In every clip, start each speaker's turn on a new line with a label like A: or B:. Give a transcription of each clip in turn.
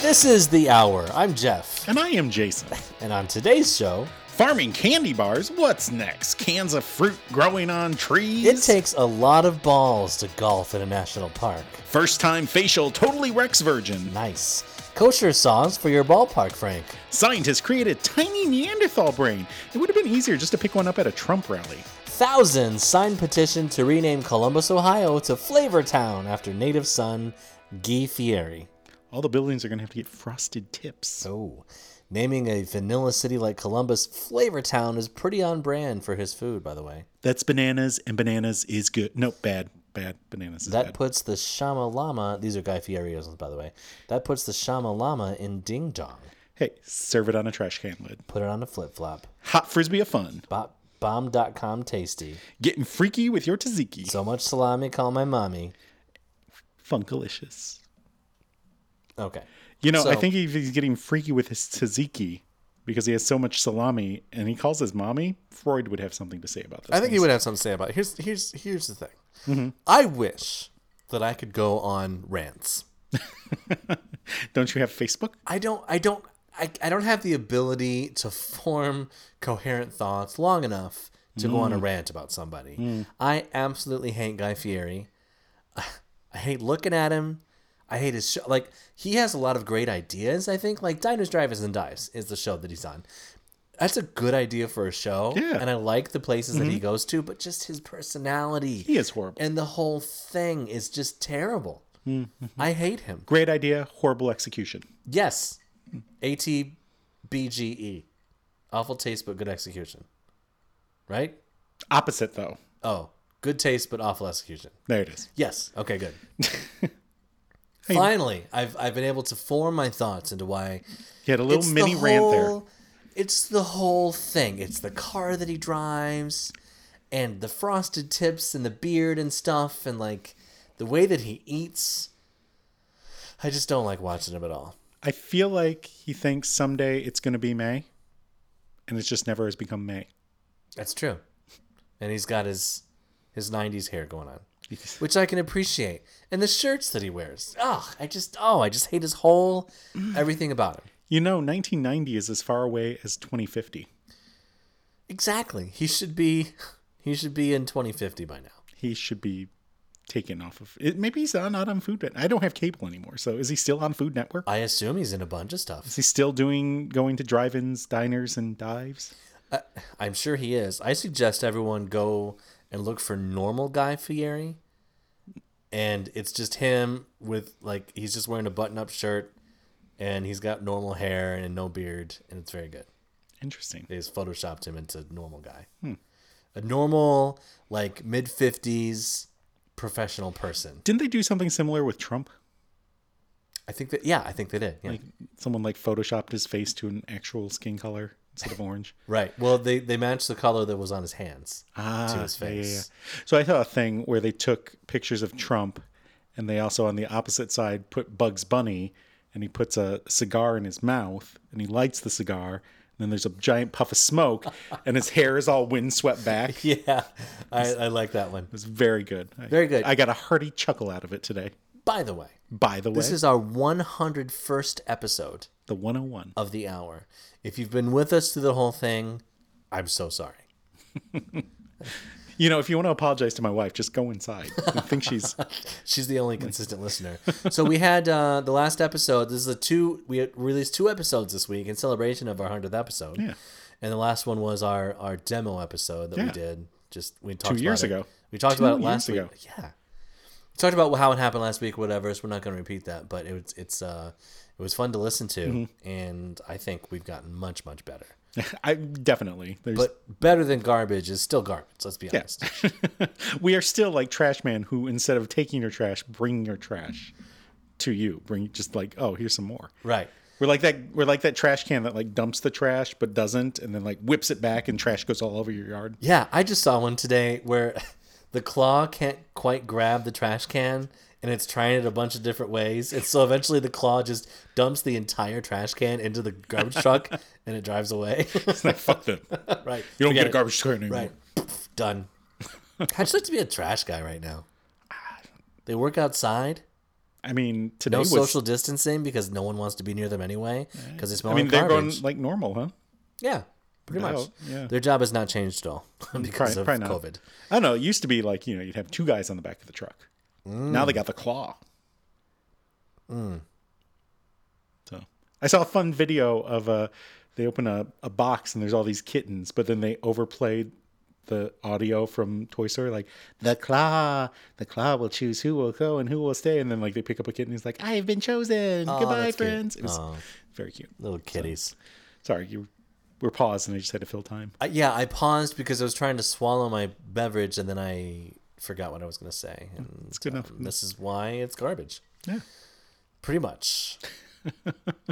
A: This is The Hour. I'm Jeff.
B: And I am Jason.
A: And on today's show,
B: Farming candy bars? What's next? Cans of fruit growing on trees?
A: it takes a lot of balls to golf in a national park.
B: First time facial totally Rex virgin.
A: Nice. Kosher songs for your ballpark, Frank.
B: Scientists create a tiny Neanderthal brain. It would have been easier just to pick one up at a Trump rally.
A: Thousands signed petition to rename Columbus, Ohio to Flavortown after native son Guy Fieri.
B: All the buildings are going to have to get frosted tips.
A: Oh, naming a vanilla city like Columbus Flavortown is pretty on brand for his food, by the way.
B: That's bananas, and bananas is good. Nope, bad. Bad. Bananas is
A: That
B: bad.
A: puts the Shama Lama, these are Guy Fieri's, by the way, that puts the Shama Lama in Ding Dong.
B: hey, serve it on a trash can lid.
A: Put it on a flip flop.
B: Hot frisbee of fun.
A: Bop. Bomb.com tasty.
B: Getting freaky with your tzatziki.
A: So much salami, call my mommy.
B: Funkalicious.
A: Okay.
B: You know, I
A: So-
B: think he- he's getting freaky with his tzatziki because he has so much salami and he calls his mommy. Freud would have something to say about this.
C: I think he would have something to say about it. Here's here's here's the thing.
A: Mm-hmm.
C: I wish that I could go on rants.
B: Don't you have Facebook?
C: I don't I don't I, I don't have the ability to form coherent thoughts long enough to go on
B: Mm.
C: a rant about somebody. I absolutely hate Guy Fieri. I hate looking at him. I hate his show. Like he has a lot of great ideas. I think like Diners, Drivers, and Dives is the show that he's on. That's a good idea for a show,
B: Yeah. Mm-hmm.
C: and I like the places that he goes to. But just his personality,
B: He is horrible.
C: and the whole thing is just terrible.
B: Mm-hmm.
C: I hate him.
B: Great idea, horrible execution.
C: Yes, A T B G E, awful taste but good execution. Right?
B: Opposite though.
C: Oh, good taste but awful execution.
B: There it is.
C: Yes. Okay. Good. Finally, I've I've been able to form my thoughts into why
B: He had a little
C: it's the
B: mini rant there.
C: whole- It's the whole thing. It's the car that he drives, and the frosted tips, and the beard and stuff, and like the way that he eats. I just don't like watching him at all.
B: I feel like he thinks someday it's going to be May, and it just never has become May.
C: That's true. And he's got his his '90s hair going on, which I can appreciate, and the shirts that he wears. Oh, I just oh, I just hate his whole everything about him.
B: You know, 1990 is as far away as 2050.
C: Exactly. He should be he should be in 2050 by now.
B: He should be taken off of. It, maybe he's on, not on Food Net. I don't have cable anymore, so is he still on Food Network?
C: I assume he's in a bunch of stuff.
B: Is he still doing going to drive-ins, diners, and dives?
C: I, I'm sure he is. I suggest everyone go and look for normal Guy Fieri, and it's just him with like he's just wearing a button-up shirt, and he's got normal hair and no beard, and it's very good.
B: Interesting.
C: They just photoshopped him into normal guy, a normal like mid fifties professional person.
B: Didn't they do something similar with Trump?
C: I think that yeah, I think they did. Yeah.
B: Like someone like photoshopped his face to an actual skin color instead of orange.
C: right. Well, they they matched the color that was on his hands Ah, to his
B: yeah, yeah,
C: face.
B: yeah. So I saw a thing where they took pictures of Trump, and they also on the opposite side put Bugs Bunny, and he puts a cigar in his mouth, and he lights the cigar. And then there's a giant puff of smoke, and his hair is all windswept back.
C: Yeah, I, I like that one.
B: It was very good. I-
C: Very good.
B: I got a hearty chuckle out of it today.
C: By the way,
B: By the way,
C: this is our 101st episode
B: the 101.
C: of the hour. If you've been with us through the whole thing, I'm so sorry.
B: You know, if you want to apologize to my wife, just go inside. I think she's
C: She's the only consistent listener. So we had uh, the last episode. This is a two. We had released two episodes this week in celebration of our hundredth episode.
B: Yeah.
C: And the last one was our our demo episode that we
B: Yeah.
C: did. Just we talked
B: years
C: about it-
B: ago.
C: We talked
B: Two
C: about it
B: years
C: last
B: ago.
C: week. Yeah. We talked about how it happened last week, whatever. So we're not going to repeat that. But it was it's uh it was fun to listen to,
B: Mm-hmm.
C: and I think we've gotten much much better.
B: I definitely. There's
C: But better than garbage is still garbage. Let's be honest.
B: we are still like trash man who instead of taking your trash, bring your trash to you. Bring just like, oh, here's some more.
C: Right.
B: We're like that we're like that trash can that like dumps the trash but doesn't and then like whips it back and trash goes all over your yard.
C: Yeah, I just saw one today where the claw can't quite grab the trash can and it's trying it a bunch of different ways. And so eventually the claw just dumps the entire trash can into the garbage truck and it drives away.
B: It's like fuck them. You
C: right.
B: don't
C: Forget
B: get a
C: it.
B: garbage can anymore.
C: Right. Done. I'd just like to be a trash guy right now. They work outside.
B: I mean, today
C: No
B: Ah. was.
C: social distancing because no one wants to be near them anyway because they smell
B: I mean,
C: like
B: they're
C: garbage.
B: going like normal, huh?
C: yeah, pretty much.
B: Out, yeah.
C: Their job has not changed at all because
B: Probably-
C: of
B: probably not.
C: COVID.
B: I don't know. It used to be like you know you'd have two guys on the back of the truck. Now they got the claw.
C: Mm.
B: So I saw a fun video of a. They open a, a box and there's all these kittens, but then they overplayed the audio from Toy Story, like the claw, the claw will choose who will go and who will stay, and then like they pick up a kitten. And he's like, I have been chosen. Goodbye,
C: Oh, that's cute. Oh.
B: friends. It was very cute.
C: Little kitties.
B: Sorry, you were paused and I just had to fill time.
C: I, yeah, I paused because I was trying to swallow my beverage and then I forgot what I was going to say. And
B: It's good enough.
C: this is why it's garbage.
B: Yeah.
C: Pretty much.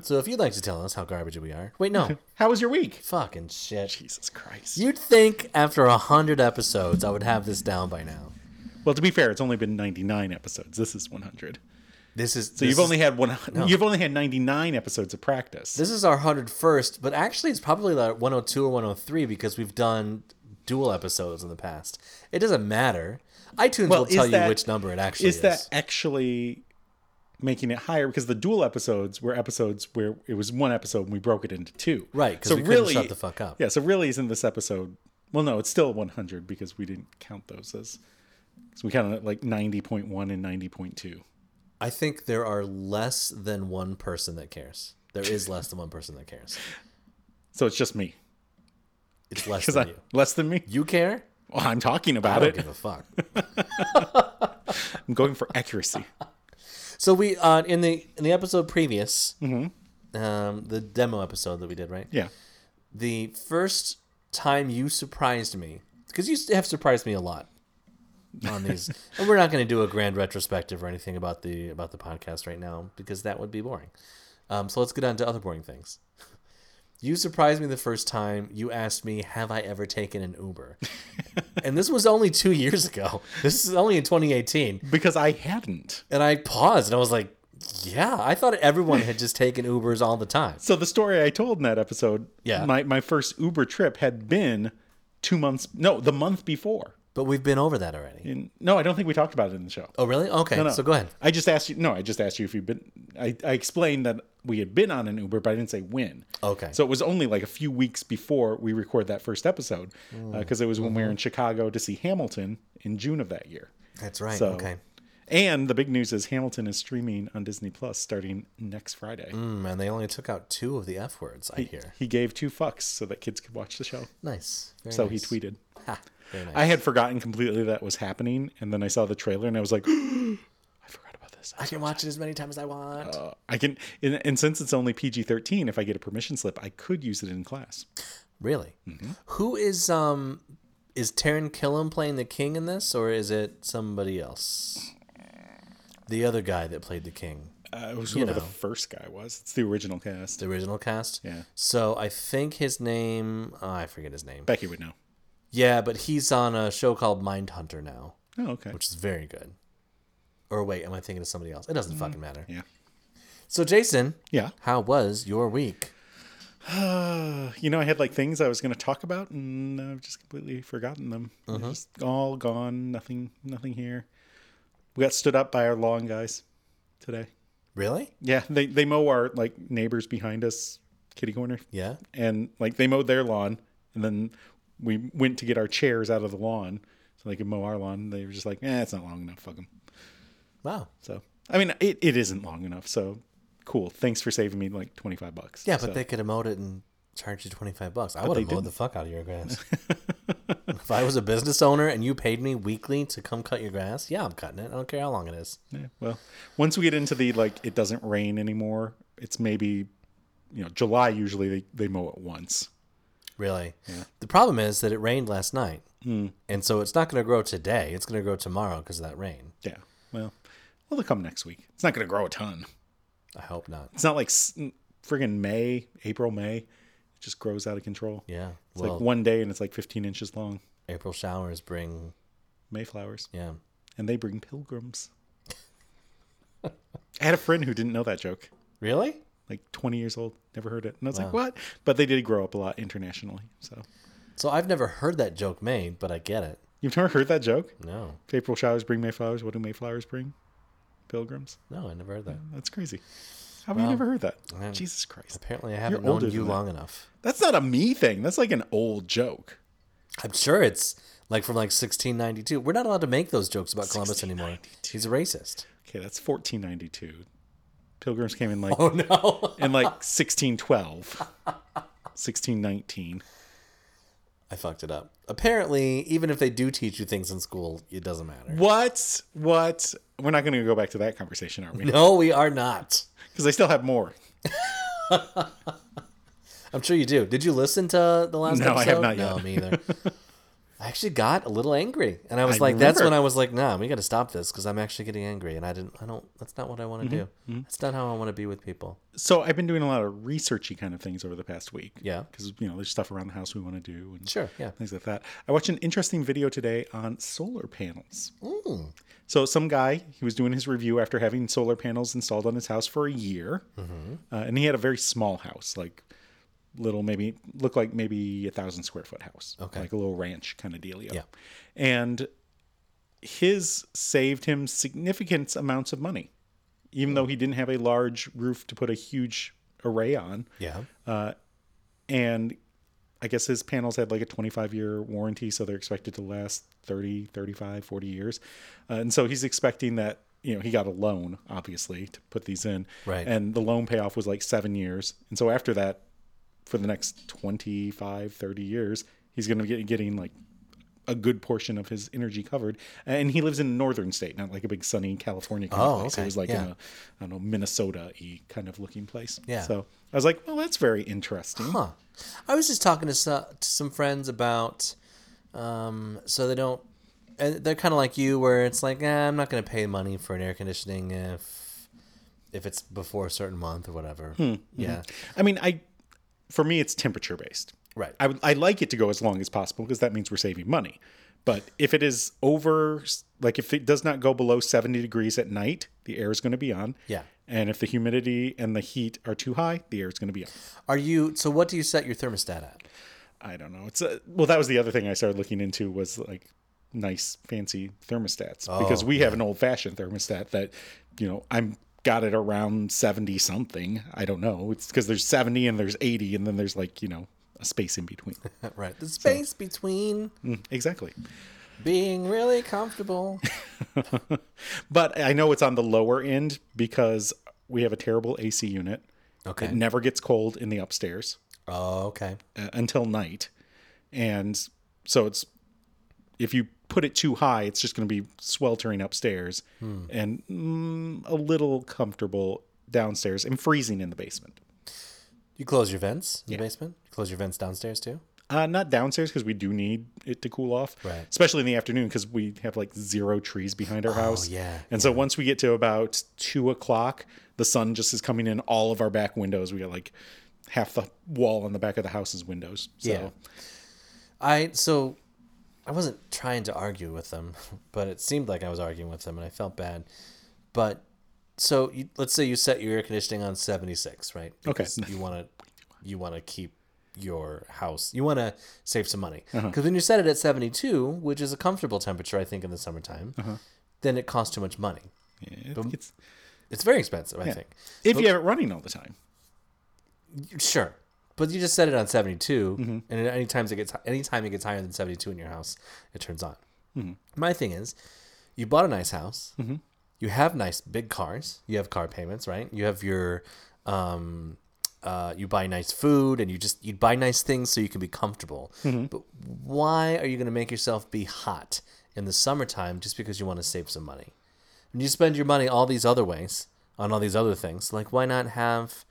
C: so if you'd like to tell us how garbage we are. Wait, no.
B: How was your week?
C: Fucking shit.
B: Jesus Christ.
C: You'd think after a hundred episodes I would have this down by now.
B: Well, to be fair, it's only been 99 episodes. This is 100.
C: This is
B: So you've only had one. You've only had 99 episodes of practice.
C: this is our hundred first, but actually it's probably like one hundred two or one hundred three because we've done dual episodes in the past. It doesn't matter. iTunes
B: Well,
C: will tell
B: is
C: you
B: that-
C: which number it actually is.
B: is that actually making it higher? Because the dual episodes were episodes where it was one episode and we broke it into two.
C: Right, 'cause
B: So
C: we couldn't
B: really,
C: shut the fuck up.
B: Yeah. So really, isn't this episode? Well, no, it's still 100 because we didn't count those as. So we counted it like 90.1 and 90.2.
C: I think there are less than one person that cares. There is less than one person that cares.
B: So it's just me.
C: It's less
B: Because
C: than
B: I
C: you. Oh,
B: less than me.
C: You care?
B: Well, I'm talking
C: I
B: about
C: don't
B: it.
C: give a fuck.
B: I'm going for accuracy.
C: So we uh, in the in the episode previous, um, the demo episode that we did, right?
B: Yeah.
C: The first time you surprised me, because you have surprised me a lot on these, and we're not going to do a grand retrospective or anything about the about the podcast right now because that would be boring. Um, so let's get on to other boring things. You surprised me the first time you asked me, "Have I ever taken an Uber?" and this was only two years ago. This is only in 2018.
B: Because I hadn't.
C: And I paused and I was like, yeah, I thought everyone had just taken Ubers all the time.
B: So the story I told in that episode,
C: Yeah.
B: my, my first Uber trip had been two months, no, the month before.
C: But we've been over that already.
B: In, no, I don't think we talked about it in the show.
C: Oh, really? Okay.
B: no.
C: So go ahead.
B: I just asked you, no, I just asked you if you've been, I, I explained that we had been on an Uber, but I didn't say when.
C: Okay.
B: So it was only like a few weeks before we record that first episode,
C: Mm.
B: because it was when we were in
C: Mm-hmm.
B: Chicago to see Hamilton in June of that year.
C: That's right.
B: So,
C: Okay.
B: And the big news is Hamilton is streaming on Disney Plus starting next Friday.
C: Mm, and they only took out two of the F words, I hear.
B: He gave two fucks so that kids could watch the show.
C: Nice. Very
B: So
C: nice.
B: he tweeted.
C: Ha, very nice.
B: I had forgotten completely that was happening, and then I saw the trailer and I was like, I forgot about this.
C: I can watch it as many times as I want.
B: Uh, I can, and, and since it's only PG thirteen, if I get a permission slip, I could use it in class.
C: really?
B: mm-hmm.
C: Who is um is Taryn Killam playing the king in this or is it somebody else? The other guy that played the king.
B: Uh, it was whoever the first guy was. It's the original cast.
C: The original cast?
B: Yeah.
C: So I think his name oh, I forget his name.
B: Becky would know.
C: Yeah, but he's on a show called Mindhunter now,
B: Oh, okay.
C: which is very good. Or wait, am I thinking of somebody else? It doesn't fucking matter.
B: Mm-hmm. Yeah,
C: So Jason,
B: yeah.
C: how was your week?
B: Uh, you know, I had like things I was going to talk about, and I've just completely forgotten them. They're Just all gone. Nothing. Nothing here. We got stood up by our lawn guys today.
C: Really?
B: Yeah, they they mow our like neighbors behind us, kitty corner,
C: Yeah.
B: and like they mowed their lawn, and then we went to get our chairs out of the lawn so they could mow our lawn. They were just like, "Eh, it's not long enough. Fuck them."
C: Wow.
B: So I mean, it, it isn't long enough. So cool. Thanks for saving me like twenty five bucks.
C: Yeah, but
B: So-
C: they could have mowed it and charged you twenty five bucks. I would have mowed the fuck out of your grass. if I was a business owner and you paid me weekly to come cut your grass, yeah, I'm cutting it. I don't care how long it is.
B: yeah, well, once we get into the like, it doesn't rain anymore. It's maybe you know July. Usually they they mow it once.
C: Really. The problem is that it rained last night, and so it's not going to grow today. It's going to grow tomorrow because of that rain.
B: Yeah. Well, well, they'll come next week. It's not going to grow a ton.
C: I hope not.
B: It's not like s- mm, friggin' May, April, May. It just grows out of control.
C: Yeah.
B: It's like one day and it's like 15 inches long.
C: April showers bring,
B: Mayflowers.
C: yeah.
B: And they bring pilgrims. I had a friend who didn't know that joke.
C: Really?
B: Like 20 years old, never heard it. And I was like, what? But they did grow up a lot internationally. So
C: So I've never heard that joke made, but I get it.
B: you've never heard that joke?
C: No.
B: April showers bring Mayflowers. What do Mayflowers bring? Pilgrims?
C: No, I never heard that.
B: That's crazy. How have you never heard that? Jesus Christ.
C: Apparently, I haven't
B: You're older
C: known you
B: than that.
C: long enough.
B: That's not a me thing. That's like an old joke.
C: I'm sure it's like from like 1692. We're not allowed to make those jokes about Columbus anymore. He's a racist.
B: Okay, that's 1492. Pilgrims came in like
C: Oh no!
B: in like 1612. 1619.
C: I fucked it up. Apparently, even if they do teach you things in school, it doesn't matter.
B: What? What? We're not going to go back to that conversation, are we?
C: No, we are not.
B: Because I still have more.
C: I'm sure you do. Did you listen to the last
B: No,
C: episode?
B: I have not
C: No,
B: yet.
C: me either. I actually got a little angry, and I was
B: I
C: like, "That's
B: remember.
C: when I was like, nah, we got to stop this because I'm actually getting angry, and I didn't, I don't. That's not what I
B: Mm-hmm.
C: want to do. That's not how I want to be with people."
B: So I've been doing a lot of researchy kind of things over the past week.
C: Yeah.
B: Because, you know, there's stuff around the house we want to do and
C: Sure, yeah.
B: things like that. I watched an interesting video today on solar panels. So some guy, he was doing his review after having solar panels installed on his house for a year.
C: Mm-hmm.
B: Uh, and he had a very small house, like little maybe looked like maybe a thousand square foot house.
C: Okay.
B: Like a little ranch kind of dealio.
C: Yeah.
B: And his saved him significant amounts of money. Even though he didn't have a large roof to put a huge array on.
C: Yeah.
B: And I guess his panels had like a 25 year warranty, so they're expected to last 30, 35, 40 years. Uh, and so he's expecting that, you know, he got a loan, obviously, to put these in.
C: Right.
B: And the loan payoff was like seven years. And so after that, for the next 25, 30 years, he's going to get getting like a good portion of his energy covered. And he lives in a northern state, not like a big sunny California kind
C: Oh,
B: of place.
C: okay.
B: It was like
C: Yeah.
B: in a, I don't know, Minnesota y kind of looking place.
C: Yeah.
B: So I was like, well, that's very interesting.
C: Huh. I was just talking to, so, to some friends about, um, so they don't, and they're kind of like you, where it's like, eh, I'm not going to pay money for an air conditioning if, if it's before a certain month or whatever. Yeah.
B: I mean, I for me, it's temperature based.
C: Right.
B: I would I like it to go as long as possible because that means we're saving money. But if it is over, like if it does not go below seventy degrees at night, the air is going to be on.
C: Yeah.
B: And if the humidity and the heat are too high, the air is going to be on.
C: Are you? So what do you set your thermostat at?
B: I don't know. It's a, well, that was the other thing I started looking into was like nice fancy thermostats because we have an old fashioned thermostat that you know I'm got it around 70 something I don't know it's because there's 70 and there's 80 and then there's like you know a space in between
C: Uh, right. The space between
B: Mm, exactly
C: being really comfortable.
B: but I know it's on the lower end because we have a terrible AC unit it
C: Okay.
B: never gets cold in the upstairs
C: Oh, okay.
B: uh, until night. And so it's if you put it too high, it's just going to be sweltering upstairs
C: Hmm.
B: and mm, a little comfortable downstairs and freezing in the basement.
C: You close your vents in the basement. You close your vents downstairs too.
B: Uh, not downstairs because we do need it to cool off,
C: Right. Oh,
B: especially in the afternoon because we have like zero trees behind our house.
C: yeah,
B: and so once we get to about two o'clock, the sun just is coming in all of our back windows. We got like half the wall on the back of the house's windows. So
C: Yeah. I so I wasn't trying to argue with them, but it seemed like I was arguing with them, and I felt bad. But so you, let's say you set your air conditioning on seventy six, right?
B: Okay.
C: Because You want to you want to keep your house. You want to save some money because when you set it at seventy two, which is a comfortable temperature, I think, in the summertime, then it costs too much money.
B: it- it's,
C: It's very expensive, I think.
B: if you have it running all the time.
C: Sure, but you just set it on 72, and at any times it gets anytime it gets higher than seventy two in your house, it turns on. My thing is, you bought a nice house, you have nice big cars, you have car payments, right? You have your, um, uh, you buy nice food, and you just you buy nice things so you can be comfortable. But why are you going to make yourself be hot in the summertime just because you want to save some money? And you spend your money all these other ways on all these other things. Like, why not have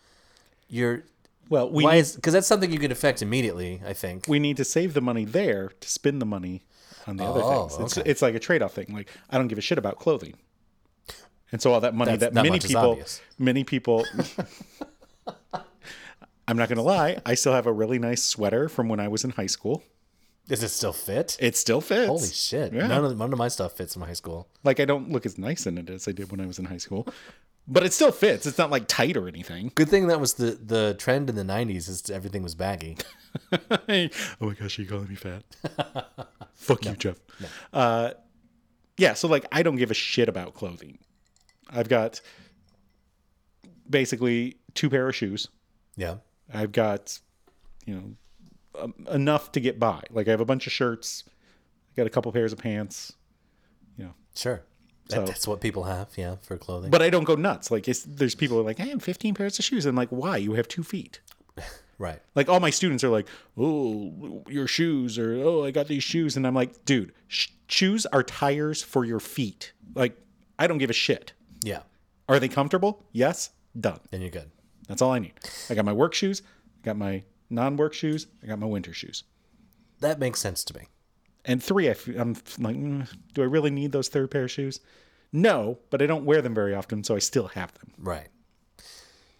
C: your
B: Well, we
C: why
B: need,
C: is because that's something you can affect immediately. I think.
B: we need to save the money there to spend the money on the other
C: Oh,
B: things. It's,
C: okay.
B: it's like a trade-off thing. Like I don't give a shit about clothing, and so all that money
C: That's-
B: that
C: that
B: many
C: much is
B: people,
C: obvious.
B: many people. I'm not gonna lie. I still have a really nice sweater from when I was in high school.
C: Does it still fit?
B: It still fits.
C: Holy shit!
B: Yeah.
C: None of none of my stuff fits from high school.
B: Like I don't look as nice in it as I did when I was in high school, but it still fits. It's not like tight or anything.
C: Good thing that was the the trend in the '90s is everything was baggy.
B: oh my gosh, are you calling me fat? Fuck you, Jeff. Uh, yeah, so like I don't give a shit about clothing. I've got basically two pair of shoes.
C: Yeah.
B: I've got, you know, um, enough to get by. Like I have a bunch of shirts. I got a couple pairs of pants. You know,
C: Sure. That,
B: So-
C: that's what people have, yeah, for clothing.
B: but I don't go nuts. Like it's, there's people who are like, I have 15 pairs of shoes. I'm like, why? You have two feet.
C: right.
B: Like all my students are like, oh, your shoes, or oh, I got these shoes, and I'm like, dude, sh- shoes are tires for your feet. Like I don't give a shit.
C: Yeah.
B: Are they comfortable? Yes. Done.
C: Then you're good.
B: That's all I need. I got my work shoes. I got my non-work shoes. I got my winter shoes.
C: That makes sense to me.
B: And three, I f- I'm f- like, mm, do I really need those third pair of shoes? No, but I don't wear them very often, so I still have them.
C: Right.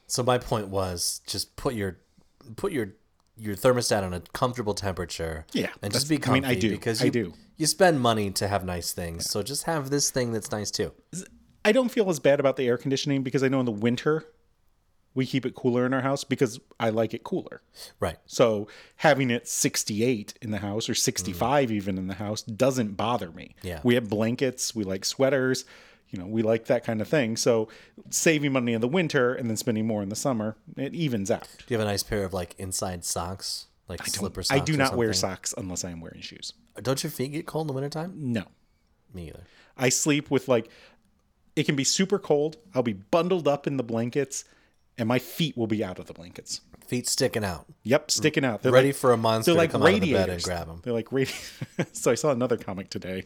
C: So my point was just put your put your your thermostat on a comfortable temperature.
B: Yeah,
C: And
B: that's-
C: just be
B: I mean,
C: comfy
B: I do.
C: because
B: I
C: you,
B: do.
C: you spend money to have nice things. So just have this thing that's nice too.
B: I don't feel as bad about the air conditioning because I know in the winter we keep it cooler in our house because I like it cooler.
C: Right.
B: So having it 68 in the house or 65 even in the house doesn't bother me.
C: Hmm. Yeah.
B: We have blankets, we like sweaters, you know, we like that kind of thing. So saving money in the winter and then spending more in the summer, it evens out.
C: Do you have a nice pair of like inside socks? Like slipper
B: I
C: socks.
B: do
C: or
B: not wear
C: something?
B: socks unless I am wearing shoes.
C: Don't your feet get cold in the wintertime?
B: No.
C: Me either.
B: I sleep with like it can be super cold. I'll be bundled up in the blankets and my feet will be out of the blankets.
C: Feet sticking out.
B: Yep, sticking out. They're
C: Ready
B: like,
C: for a monster
B: they're like
C: to come
B: radiators.
C: out of the bed and grab them.
B: They're like radi- so I saw another comic today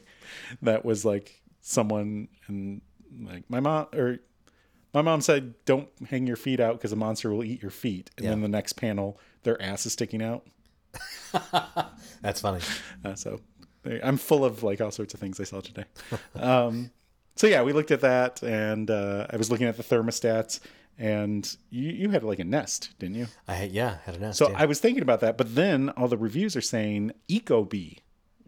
B: that was like someone and like my mom or my mom said don't hang your feet out because a monster will eat your feet. And then the next panel, their ass is sticking out.
C: That's funny.
B: Uh, so there- I'm full of like all sorts of things I saw today. um, so yeah, we looked at that, and uh, I was looking at the thermostats, and you, you had like a Nest, didn't you?
C: I yeah, had a nest.
B: So
C: yeah.
B: I was thinking about that, but then all the reviews are saying Ecobee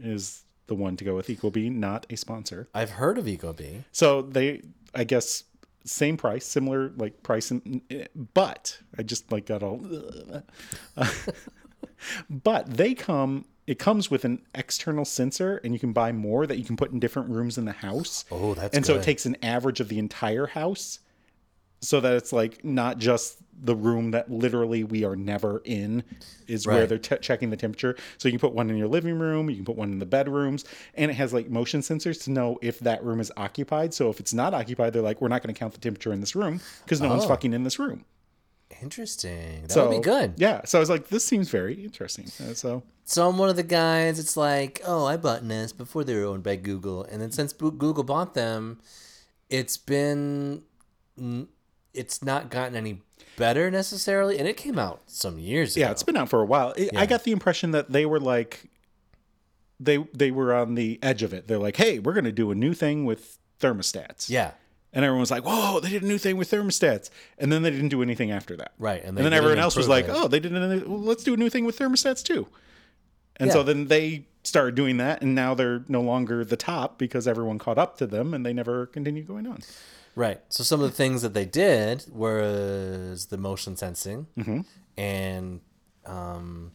B: is the one to go with. Ecobee, not a sponsor.
C: I've heard of EcoBee.
B: So they, I guess, same price, similar like price, and, but I just like got all. but they come. It comes with an external sensor, and you can buy more that you can put in different rooms in the house.
C: Oh, that's
B: and so it
C: good.
B: takes an average of the entire house, so that it's like not just the room that literally we are never in is where
C: Right.
B: they're t- checking the temperature. So you can put one in your living room, you can put one in the bedrooms, and it has like motion sensors to know if that room is occupied. So if it's not occupied, they're like, we're not going to count the temperature in this room because no one's
C: Oh.
B: fucking in this room.
C: Interesting. That
B: So
C: would be good.
B: Yeah. So I was like, this seems very interesting. Uh, so
C: So I'm one of the guys. It's like, oh, I bought Nest before they were owned by Google, and then since Bo- Google bought them, it's been, n- it's not gotten any better necessarily. And it came out some years ago.
B: yeah, it's been out for a while. It, I got the impression that they were like, they they were on the edge of it. They're like, hey, we're going to do a new thing with thermostats.
C: yeah,
B: And everyone was like, whoa, they did a new thing with thermostats. And then they didn't do anything after that.
C: right. And, they
B: and then
C: didn't
B: everyone else was like,
C: improve it.
B: "Oh, they did another. Well, let's do a new thing with thermostats too." And so
C: Yeah.
B: then they started doing that, and now they're no longer the top because everyone caught up to them, and they never continued going on.
C: right. So some of the things that they did was the motion sensing, and um,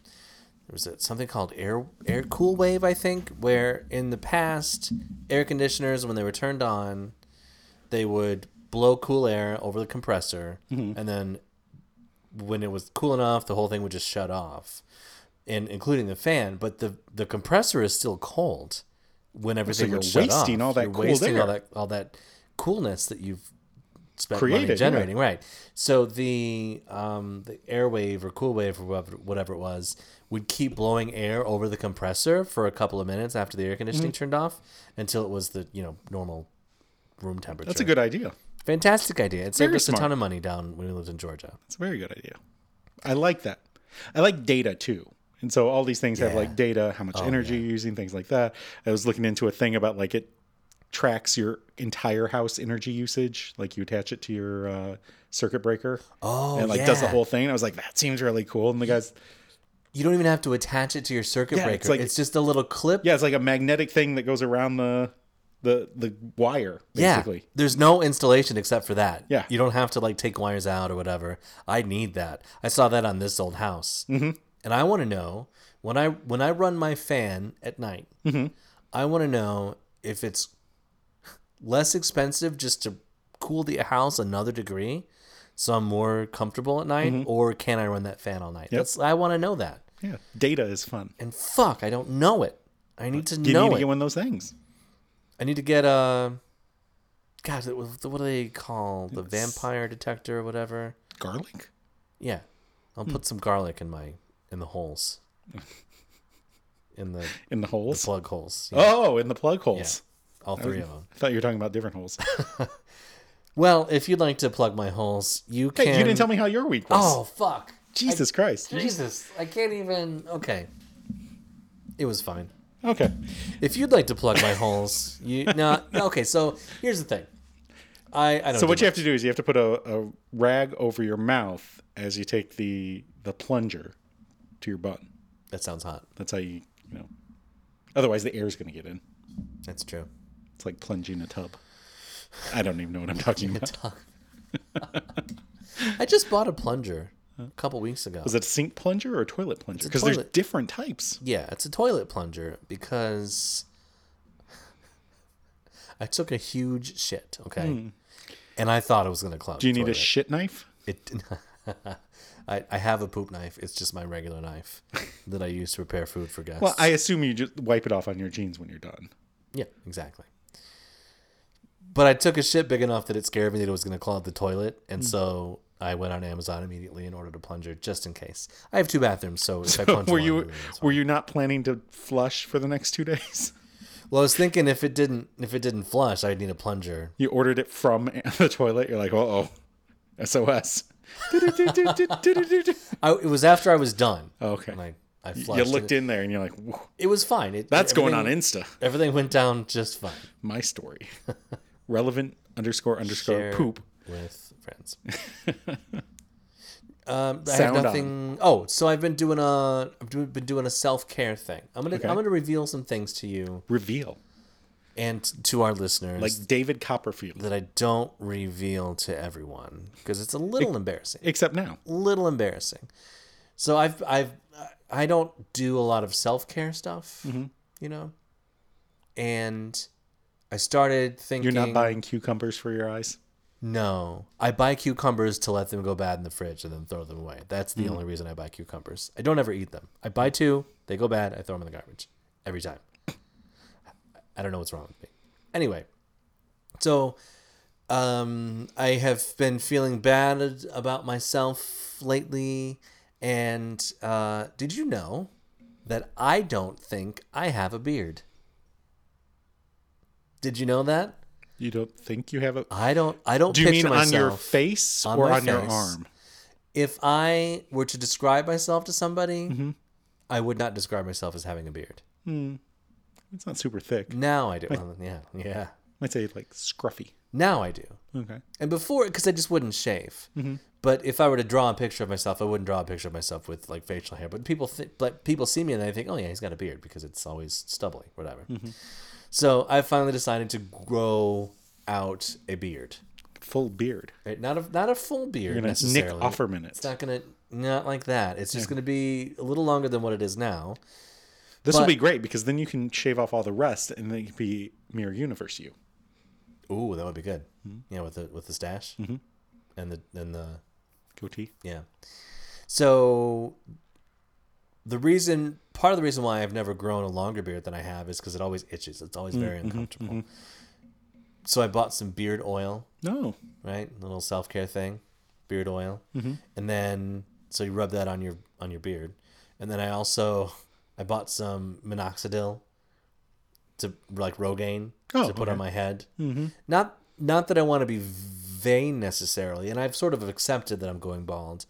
C: there was a, something called air air cool wave, I think, where in the past air conditioners when they were turned on, they would blow cool air over the compressor,
B: Mm-hmm.
C: and then when it was cool enough, the whole thing would just shut off, and including the fan. But the the compressor is still cold when everything
B: you're
C: would shut
B: wasting
C: off.
B: all that
C: you're
B: cooled
C: wasting all
B: air.
C: that all that coolness that you've spent money
B: Created, yeah.
C: generating, right? So the um, the airwave or cool wave or whatever, whatever it was would keep blowing air over the compressor for a couple of minutes after the air conditioning
B: Mm-hmm.
C: turned off until it was the you know normal room temperature.
B: That's a good idea.
C: fantastic idea. It saved
B: Very
C: us
B: smart.
C: a ton of money down when we lived in Georgia.
B: It's a very good idea. I like that. I like data too. And so all these things have
C: Yeah.
B: like data, how much energy you're using, things like that. I was looking into a thing about like it tracks your entire house energy usage. Like you attach it to your uh, circuit breaker.
C: Oh,
B: and it, like does the
C: yeah.
B: whole thing. And I was like, that seems really cool. And the guys,
C: You don't even have to attach it to your circuit
B: Yeah,
C: breaker.
B: it's
C: It's,
B: like-
C: just a little clip.
B: Yeah, it's like a magnetic thing that goes around the the the wire,
C: Yeah.
B: basically.
C: There's no installation except for that.
B: Yeah.
C: You don't have to like take wires out or whatever. I need that. I saw that on this old house. Mm-hmm. And I want to know when I when I run my fan at night,
B: Mm-hmm.
C: I want to know if it's less expensive just to cool the house another degree so I'm more comfortable at night?
B: Mm-hmm.
C: Or can I run that fan all night? That's I want to know that.
B: Yeah, data is fun.
C: And fuck, I don't know it. I need to
B: You
C: know
B: need
C: it.
B: to get one of those things.
C: I need to get a. God, it was- what do they call the vampire detector or whatever?
B: Garlic.
C: Yeah, I'll
B: Hmm.
C: put some garlic in my in the holes, in the
B: In the holes.
C: plug holes. Yeah,
B: oh, in the plug holes.
C: all three of them.
B: I thought you were talking about different holes.
C: Well, if you'd like to plug my holes, you can.
B: Hey, you didn't tell me how your week was.
C: Oh fuck!
B: Jesus Christ.
C: Jesus, I can't even. Okay, it was fine.
B: Okay.
C: If you'd like to plug my holes, you no. Okay, so here's the thing. I I don't.
B: So what you have to do is you have to put a, a rag over your mouth as you take the the plunger to your butt.
C: that sounds hot.
B: That's how you you know. Otherwise, the air's going to get in.
C: That's true.
B: It's like plunging a tub. I don't even know what I'm talking about.
C: I just bought a plunger a couple weeks ago.
B: Was it a sink plunger or a toilet plunger? Because there's
C: toilet.
B: different types.
C: Yeah, it's a toilet plunger because I took a huge shit, okay? And I thought it was going to clog.
B: Hmm. Do you need a
C: toilet.
B: shit knife?
C: It, I, I have a poop knife. It's just my regular knife that I use to prepare food for guests.
B: Well, I assume you just wipe it off on your jeans when you're done.
C: Yeah, exactly. But I took a shit big enough that it scared me that it was going to clog the toilet,
B: Hmm.
C: and so I went on Amazon immediately and ordered a plunger just in case. I have two bathrooms, so if I plunge
B: Were
C: one,
B: you
C: it's fine.
B: were you not planning to flush for the next two days?
C: Well, I was thinking if it didn't if it didn't flush, I'd need a plunger.
B: You ordered it from the toilet. You're like, uh oh, SOS. okay.
C: I, it was after I was done. And I, I flushed.
B: Oh. You looked
C: it.
B: in there and you're like, "Whoa,
C: It was fine. It,
B: that's going on
C: everything-
B: Insta.
C: Everything went down just fine.
B: My story. Relevant underscore underscore
C: Share
B: poop.
C: with friends. um, I have
B: Sound on.
C: nothing. Oh, so I've been doing a I've do- been doing a self care thing. I'm gonna I'm gonna reveal some things to you
B: Reveal.
C: and to our listeners
B: Like David Copperfield.
C: that I don't reveal to everyone because it's a little embarrassing.
B: Except now.
C: little embarrassing. So I've I've I don't do a lot of self care stuff,
B: Mm-hmm.
C: you know, and I started thinking.
B: You're not buying cucumbers for your eyes.
C: No, I buy cucumbers to let them go bad in the fridge and then throw them away. That's
B: Hmm.
C: the only reason I buy cucumbers. I don't ever eat them. I buy two, they go bad, I throw them in the garbage every time. I don't know what's wrong with me. Anyway, so um, I have been feeling bad about myself lately, and uh, did you know that I don't think I have a beard? Did you know that?
B: You don't think you have a.
C: I don't. I don't.
B: Do you
C: picture
B: mean on your
C: myself-
B: face
C: on
B: or
C: my
B: on your
C: face.
B: arm?
C: if I were to describe myself to somebody,
B: Mm-hmm.
C: I would not describe myself as having a beard.
B: It's not super thick.
C: Now I do. Well, yeah, yeah.
B: I'd say like scruffy.
C: Now I do.
B: Okay.
C: And before, because I just wouldn't shave.
B: Mm-hmm.
C: But if I were to draw a picture of myself, I wouldn't draw a picture of myself with like facial hair. But people, th- like people see me and they think, oh yeah, he's got a beard because it's always stubbly, whatever.
B: Mm-hmm.
C: So I finally decided to grow out a beard.
B: Full beard.
C: Right? Not a not a full beard
B: You're gonna Nick
C: necessarily.
B: Offerman it.
C: It's not gonna not like that. It's just gonna be a little longer than what it is now.
B: This will
C: But-
B: be great because then you can shave off all the rest, and then you can be mirror universe you.
C: Ooh, that would be good. Yeah, with the with the stash and the and the
B: Goatee.
C: yeah. So the reason, part of the reason why I've never grown a longer beard than I have is because it always itches. It's always very uncomfortable. So I bought some beard oil,
B: No,
C: right? little self care thing, beard oil,
B: Mm-hmm.
C: and then so you rub that on your on your beard, and then I also I bought some minoxidil to like Rogaine
B: Oh,
C: to put
B: okay.
C: on my head. Mm-hmm. Not not that I want to be vain necessarily, and I've sort of accepted that I'm going bald,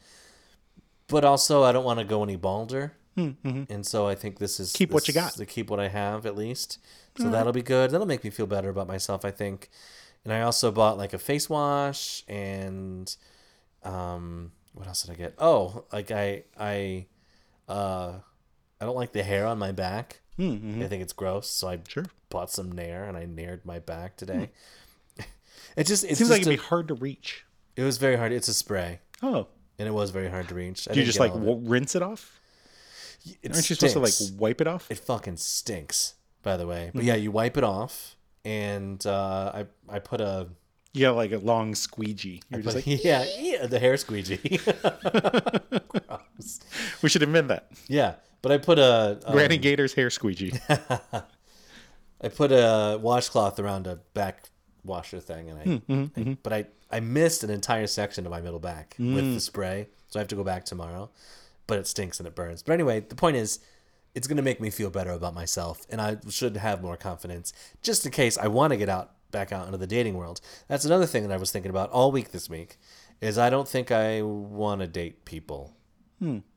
C: but also I don't want to go any balder. Mm-hmm. And so I think this is
B: Keep what you
C: this is
B: got.
C: To keep what I have at least, so that'll be good. That'll make me feel better about myself. I think. And I also bought like a face wash and um what else did I get? Oh, like I I uh I don't like the hair on my back. I think it's gross, so I
B: Hmm, mm-hmm. Sure. Hmm.
C: bought some Nair and I Naired my back today. It just it
B: seems like it'd be
C: a,
B: hard to reach.
C: it was very hard. It's a spray,
B: Oh,
C: and it was very hard to reach. I
B: do you
C: didn't
B: just
C: get
B: like
C: all of
B: w- rinse it off?
C: it. It
B: Aren't you supposed to
C: stinks.
B: like wipe it off?
C: It fucking stinks, by the way. But yeah, you wipe it off, and uh, I I put a
B: You got like a long squeegee. You're just like,
C: yeah, yeah, the hair squeegee.
B: we should invent that.
C: yeah, but I put a um,
B: Granny Gator's hair squeegee.
C: I put a washcloth around a back washer thing, and I, I- but I I missed an entire section of my middle back with the spray, so I have to go back tomorrow. But it stinks and it burns. But anyway, the point is, it's gonna make me feel better about myself, and I should have more confidence just in case I want to get out back out into the dating world. That's another thing that I was thinking about all week this week is I don't think I want to date people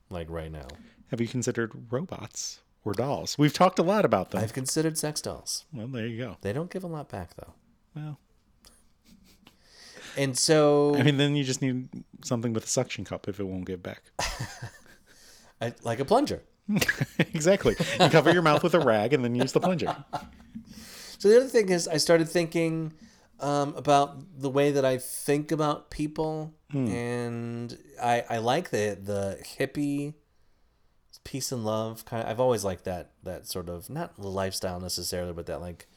C: like right now.
B: Have you considered robots or dolls? We've talked a lot about them.
C: I've considered sex dolls.
B: Well, there you go.
C: They don't give a lot back though.
B: Well,
C: And so
B: I mean, then you just need something with a suction cup if it won't give back.
C: I, like a plunger.
B: exactly. You cover your mouth with a rag and then use the plunger.
C: So the other thing is, I started thinking um, about the way that I think about people, and I, I like the the hippie peace and love kind. I've always liked that that sort of not lifestyle necessarily, but that like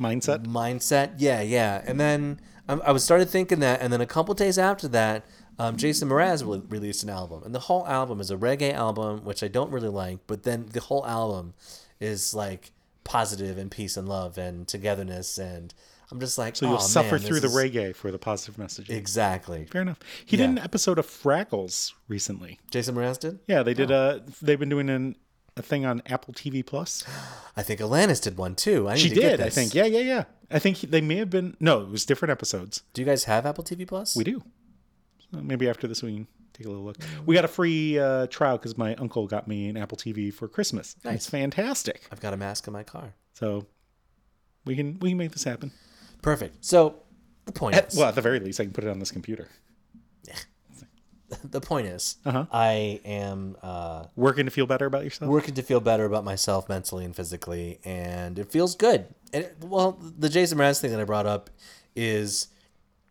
B: Mindset.
C: mindset. Yeah, yeah. And then I, I was started thinking that, and then a couple days after that, um, Jason Mraz re- released an album, and the whole album is a reggae album, which I don't really like. But then the whole album is like positive and peace and love and togetherness, and I'm just like,
B: So you'll
C: "Aw,
B: suffer
C: man,
B: through the
C: this is-
B: reggae for the positive messaging.
C: Exactly.
B: Fair enough. He did
C: Yeah.
B: an episode of Fraggles recently.
C: Jason Mraz did.
B: Yeah, they did
C: Oh.
B: a. They've been doing an, a thing on Apple TV Plus.
C: I think Alanis did one too. I need
B: She
C: to get
B: did, I
C: this.
B: think. Yeah, yeah, yeah. I think he, they may have been. No, it was different episodes.
C: Do you guys have Apple TV Plus?
B: We do. So maybe after this we can take a little look. We got a free uh, trial because my uncle got me an Apple TV for Christmas. and It's fantastic.
C: I've got a mask in my car.
B: So we can we can make this happen.
C: Perfect. So the point
B: At,
C: is,
B: Eh, well, at the very least, I can put it on this computer.
C: the point is,
B: Uh-huh.
C: I am. Uh,
B: Working to feel better about yourself.
C: working to feel better about myself mentally and physically, and it feels good. And it- well, the Jason Mraz thing that I brought up is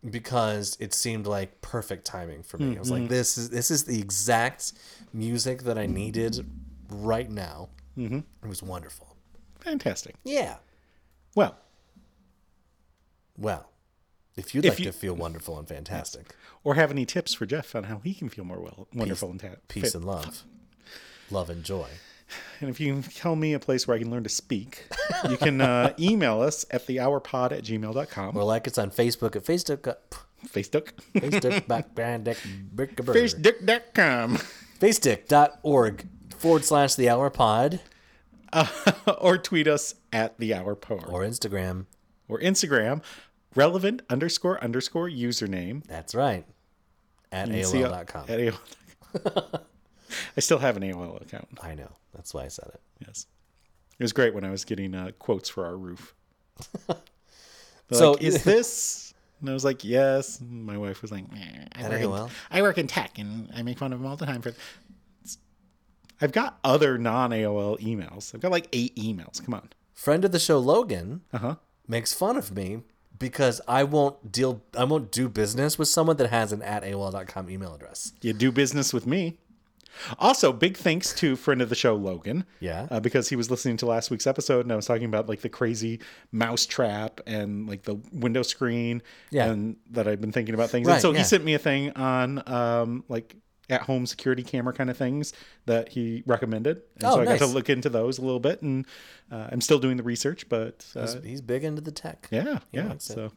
C: because it seemed like perfect timing for me. I was
B: Mm-hmm.
C: like, this is this is the exact music that I needed right now. Mm-hmm. It was wonderful.
B: Fantastic.
C: Yeah.
B: Well,
C: Well, if you'd
B: If
C: like
B: you-
C: to feel wonderful and fantastic,
B: or have any tips for Jeff on how he can feel more well, wonderful, and ta-
C: peace
B: fit.
C: and love, love and joy.
B: And if you can tell me a place where I can learn to speak, you can uh, email us at thehourpod at gmail.com.
C: Or like it's on Facebook at Facebook. uh,
B: Facebook.
C: Facebook back brand deck brick
B: Facebook.com.
C: facedick.org forward slash the hour pod
B: or tweet us at the hour pod
C: or Instagram.
B: or Instagram relevant underscore underscore username
C: That's right. At
B: See-
C: AOL.com.
B: at AOL. I still have an AOL account.
C: I know. That's why I said it.
B: Yes, it was great when I was getting uh, quotes for our roof. They're
C: So-
B: like, is this? And I was like, yes. And my wife was like, "Meh, I, work in,
C: AOL?
B: I work in tech, and I make fun of them all the time for. It's- I've got other non AOL emails. I've got like eight emails. Come on.
C: Friend of the show Logan
B: Uh huh.
C: makes fun of me because I won't deal I won't do business with someone that has an at AOL.com email address.
B: you do business with me. Also, big thanks to friend of the show Logan.
C: Yeah.
B: uh, because he was listening to last week's episode, and I was talking about like the crazy mouse trap and like the window screen.
C: Yeah.
B: and that I've been thinking about things.
C: Right,
B: and so
C: yeah.
B: he sent me a thing on um like at home security camera kind of things that he recommended. And
C: Oh,
B: so I got
C: nice.
B: to look into those a little bit, and uh, I'm still doing the research, but uh,
C: He's, he's big into the tech.
B: yeah, yeah.
C: likes it.
B: So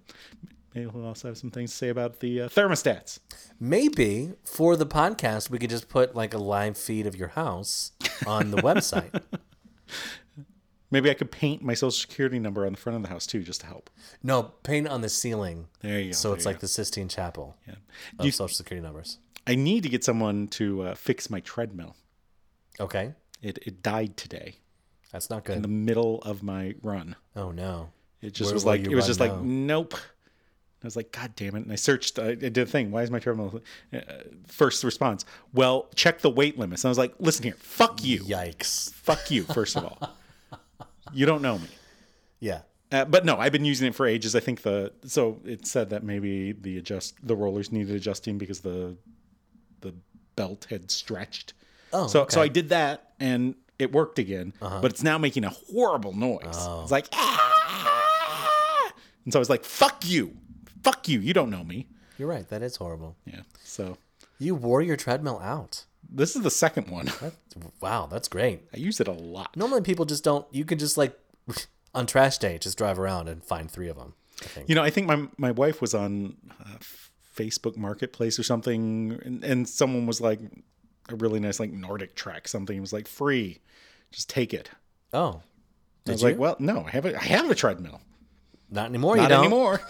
B: maybe he'll also have some things to say about the uh, thermostats.
C: Maybe for the podcast we could just put like a live feed of your house on the website.
B: Maybe I could paint my social security number on the front of the house too, just to help.
C: No, paint on the ceiling.
B: There you go.
C: So
B: there
C: it's
B: you
C: like the Sistine Chapel
B: go.
C: of
B: You-
C: social security numbers.
B: I need to get someone to uh, fix my treadmill.
C: Okay.
B: It it died today
C: That's not
B: in
C: good.
B: the middle of my run.
C: Oh no.
B: It just
C: Where
B: was
C: will
B: like
C: you
B: it was
C: run
B: just
C: now?
B: like nope. I was like, God damn it! And I searched. I, I did a thing. Why is my treadmill? Uh, first response. Well, check the weight limits. And I was like, listen here, fuck you,
C: Yikes.
B: fuck you. First of all, you don't know me.
C: Yeah.
B: Uh, but no, I've been using it for ages. I think the so it said that maybe the adjust the rollers needed adjusting because the the belt had stretched.
C: Oh,
B: so so
C: okay. Uh-huh.
B: I did that and it worked again, but it's now making a
C: Oh.
B: horrible noise. It's like "Ah!" and so I was like, "Fuck you, fuck you. You don't know me.
C: You're right. That is horrible.
B: Yeah. So
C: You wore your treadmill out.
B: this is the second one.
C: That, wow, that's great.
B: I use it a lot.
C: Normally, people just don't. You can just like on trash day, just drive around and find three of them. I think.
B: You know, I think my my wife was on uh, F- Facebook Marketplace or something, and, and someone was like a really nice like Nordic track something. It was like free, just take it.
C: Oh,
B: I was like, well, no, I have a, I have a treadmill.
C: not anymore. you
B: Not
C: don't.
B: anymore.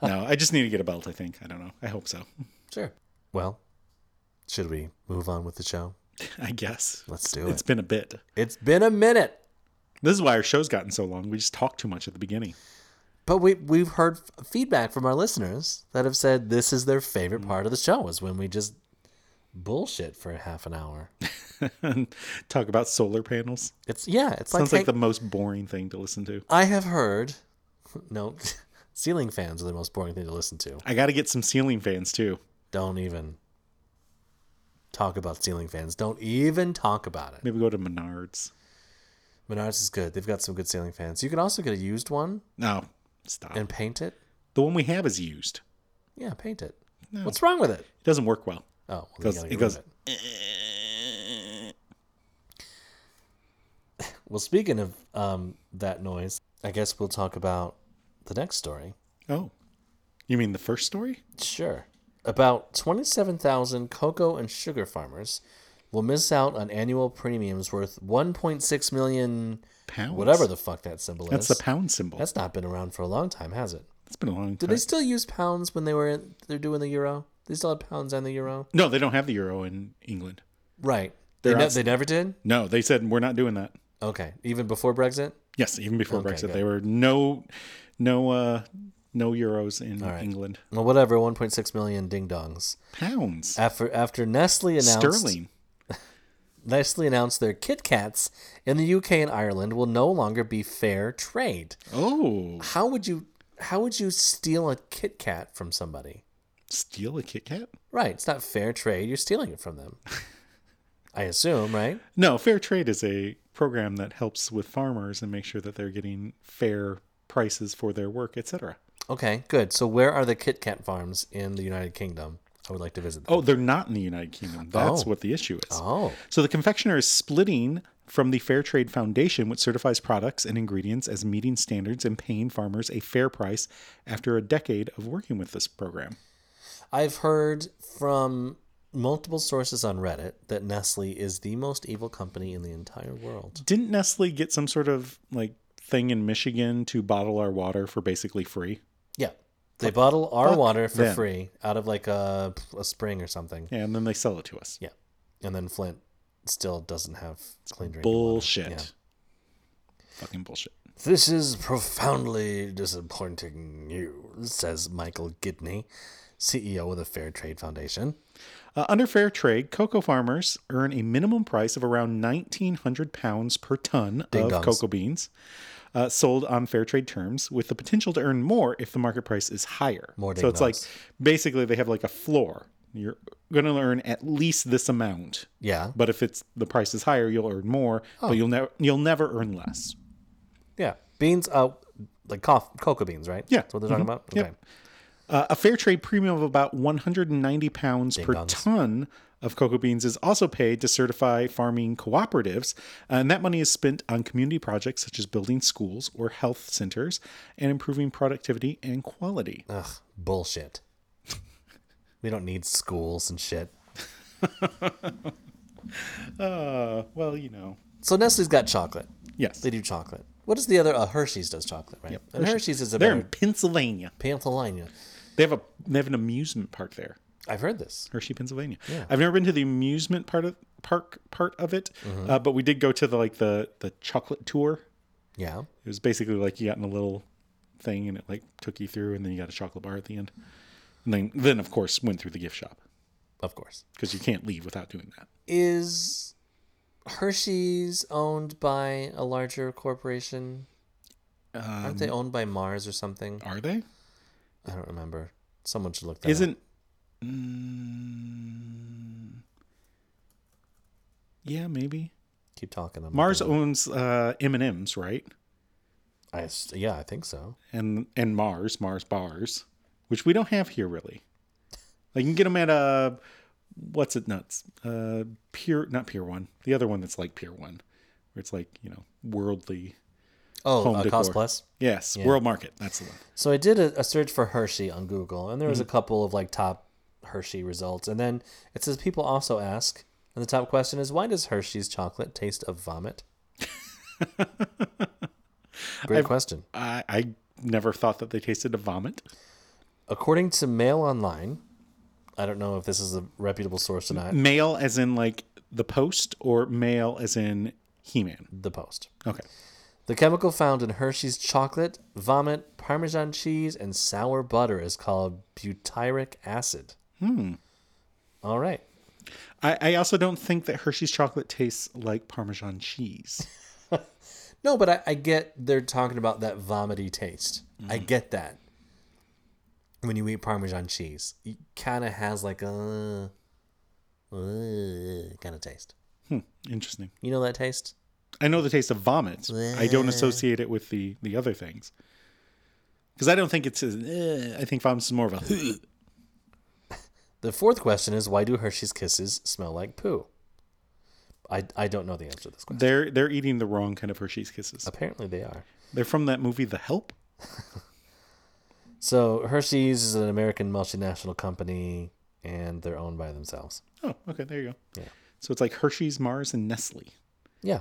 B: no, I just need to get a belt. I think. I don't know. I hope so.
C: Sure. Well, should we move on with the show?
B: I guess
C: Let's do
B: it's
C: it.
B: been a bit.
C: It's been a minute,
B: This is why our show's gotten so long. We just talk too much at the beginning.
C: but we we've heard f- feedback from our listeners that have said this is their favorite part of the show is when we just bullshit for half an hour.
B: talk about solar panels.
C: It's yeah. It's
B: Sounds
C: like,
B: like the most boring thing to listen to.
C: I have heard. No, ceiling fans are the most boring thing to listen to.
B: I got to get some ceiling fans too.
C: Don't even talk about ceiling fans. Don't even talk about it.
B: Maybe go to Menards.
C: Menards is good. They've got some good ceiling fans. You can also get a used one
B: No, stop.
C: and paint it.
B: the one we have is used.
C: Yeah, paint it. What's wrong with it?
B: It doesn't work well.
C: Oh, well, then
B: Goes-
C: you gotta
B: it
C: get rid
B: goes-
C: of Well, speaking of um, that noise, I guess we'll talk about the next story.
B: Oh, you mean the first story?
C: Sure. About 27,000 cocoa and sugar farmers will miss out on annual premiums worth 1.6 million,
B: Pounds.
C: whatever the fuck that symbol
B: That's
C: is.
B: the pound symbol.
C: That's not been around for a long time, has it?
B: it's been a long
C: Do
B: time.
C: they still use pounds when they were they're doing the euro? They still had pounds and the euro,
B: No, they don't have the euro in England.
C: right? They
B: They're
C: ne-
B: outs-
C: they never did.
B: No, they said we're not doing that.
C: Okay, even before Brexit.
B: Yes, even before
C: Okay,
B: Brexit,
C: good.
B: they were no, no, uh, no euros in England.
C: Well, whatever. 1.6 million ding dongs.
B: Pounds,
C: After after Nestle announced
B: sterling.
C: Nestle announced their Kit Kats in the UK and Ireland will no longer be fair trade.
B: Oh,
C: How would you how would you steal a Kit Kat from somebody?
B: steal a Kit Kat?
C: Right, it's not fair trade. You're stealing it from them. I assume, right?
B: No, fair trade is a program that helps with farmers and make sure that they're getting fair prices for their work, etc.
C: Okay, good. So where are the Kit Kat farms in the United Kingdom? I would like to visit them.
B: Oh, they're not in the United Kingdom. That's
C: Oh.
B: what the issue is.
C: Oh.
B: So the confectioner is splitting from the Fair Trade Foundation, which certifies products and ingredients as meeting standards and paying farmers a fair price after a decade of working with this program.
C: I've heard from multiple sources on Reddit that Nestle is the most evil company in the entire world.
B: Didn't Nestle get some sort of like thing in Michigan to bottle our water for basically free?
C: Yeah. They bottle our
B: fuck
C: water for
B: them.
C: free out of like a, a spring or something.
B: Yeah, and then they sell it to us.
C: Yeah. And then Flint still doesn't have clean drinking
B: Bullshit.
C: water. Yeah.
B: Fucking bullshit.
C: This is profoundly disappointing news, says Michael Gidney, CEO of the Fair Trade Foundation.
B: Uh, under fair trade, cocoa farmers earn a minimum price of around 1,900 pounds per ton of
C: dongs.
B: cocoa beans uh, sold on fair trade terms, with the potential to earn more if the market price is higher.
C: More
B: so it's like
C: ding-dongs.
B: basically they have like a floor. You're going to earn at least this amount,
C: Yeah.
B: but if it's the price is higher, you'll earn more,
C: Oh.
B: but you'll never you'll never earn less.
C: Yeah. Beans, uh, like cof- cocoa beans, right?
B: Yeah. Mm-hmm.
C: That's what they're talking about? Okay.
B: Uh, a fair trade premium of about 190 pounds per
C: dongs.
B: ton of cocoa beans is also paid to certify farming cooperatives, and that money is spent on community projects such as building schools or health centers and improving productivity and quality.
C: Ugh, bullshit. we don't need schools and shit.
B: Uh, well, you know,
C: So Nestle's got chocolate.
B: yes,
C: They do chocolate. What is the other? Uh, Hershey's does chocolate, right? and Hershey's is a
B: they're in
C: better
B: Pennsylvania.
C: Pennsylvania.
B: They have a they have an amusement park there.
C: I've heard this.
B: Hershey, Pennsylvania. I've never been to the amusement part of park part of it, uh, but we did go to the like the the chocolate tour
C: Yeah.
B: It was basically like you got in a little thing and it like took you through, and then you got a chocolate bar at the end. And then, then of course, went through the gift shop
C: Of course.
B: because you can't leave without doing that.
C: Is Hershey's owned by a larger corporation? Aren't
B: Um,
C: they owned by Mars or something?
B: Are they?
C: I don't remember. Someone should look that up.
B: Isn't. Mm, yeah, maybe.
C: Keep talking. I'm
B: Mars owns uh, M and M's, right?
C: I s yeah, I think so.
B: And and Mars, Mars bars, which we don't have here really. Like you can get them at a what's it nuts? Uh Pier not Pier 1. The other one that's like Pier 1 where it's like, you know, worldly.
C: Oh,
B: Home
C: uh,
B: decor.
C: Cost Plus.
B: Yes, World Market, that's the one.
C: So I did a, a search for Hershey on Google, and there was a
B: Mm-hmm.
C: couple of like top Hershey results. And then it says people also ask, and the top question is, why does Hershey's chocolate taste of vomit? Great question.
B: I I never thought that they tasted a vomit.
C: According to Mail Online, I don't know if this is a reputable source or not.
B: Male as in like the post or male as in He-Man.
C: The Post.
B: Okay.
C: The chemical found in Hershey's chocolate, vomit, Parmesan cheese, and sour butter is called butyric acid. Hmm. All right.
B: I, I also don't think that Hershey's chocolate tastes like Parmesan cheese.
C: No, but I, I get they're talking about that vomity taste. I get that. When you eat Parmesan cheese, it kind of has like a kind of taste.
B: Hmm, Interesting.
C: You know that taste?
B: I know the taste of vomit. I don't associate it with the the other things. Because I don't think it's. A, eh, I think vomit is more of a.
C: The fourth question is why do Hershey's kisses smell like poo? I, I don't know the answer to this question.
B: they're they're eating the wrong kind of Hershey's Kisses.
C: Apparently they are.
B: They're from that movie The Help.
C: So Hershey's is an American multinational company, and they're owned by themselves.
B: Oh, okay, there you go. Yeah. So it's like Hershey's, Mars, and Nestle.
C: Yeah,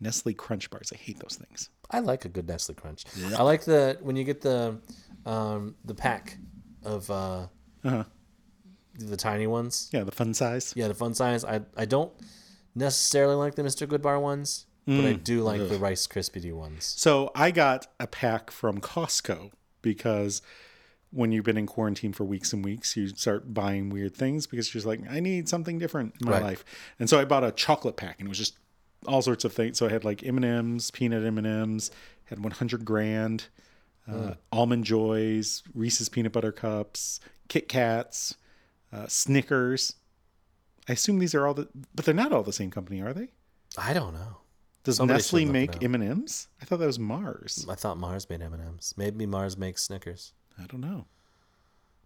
B: Nestle Crunch bars. I hate those things.
C: I like a good Nestle Crunch. I like the when you get the um, the pack of uh,
B: Uh-huh.
C: the tiny ones.
B: Yeah, the fun size.
C: Yeah, the fun size. I I don't necessarily like the Mr. Goodbar ones, but I do like the Rice Krispie ones.
B: So I got a pack from Costco because when you've been in quarantine for weeks and weeks, you start buying weird things because you're just like, I need something different in my
C: Right.
B: life. And so I bought a chocolate pack and it was just all sorts of things. So I had like M and M's, peanut M and M's, had 100 grand, uh,
C: Hmm.
B: almond joys, Reese's peanut butter cups, Kit Kats, uh, Snickers. I assume these are all the, but they're not all the same company, are they?
C: I don't know.
B: Does
C: Somebody should
B: Nestle
C: look it
B: make
C: up.
B: M and M's? I thought that was Mars.
C: I thought Mars made M and M's. Maybe Mars makes Snickers
B: I don't know.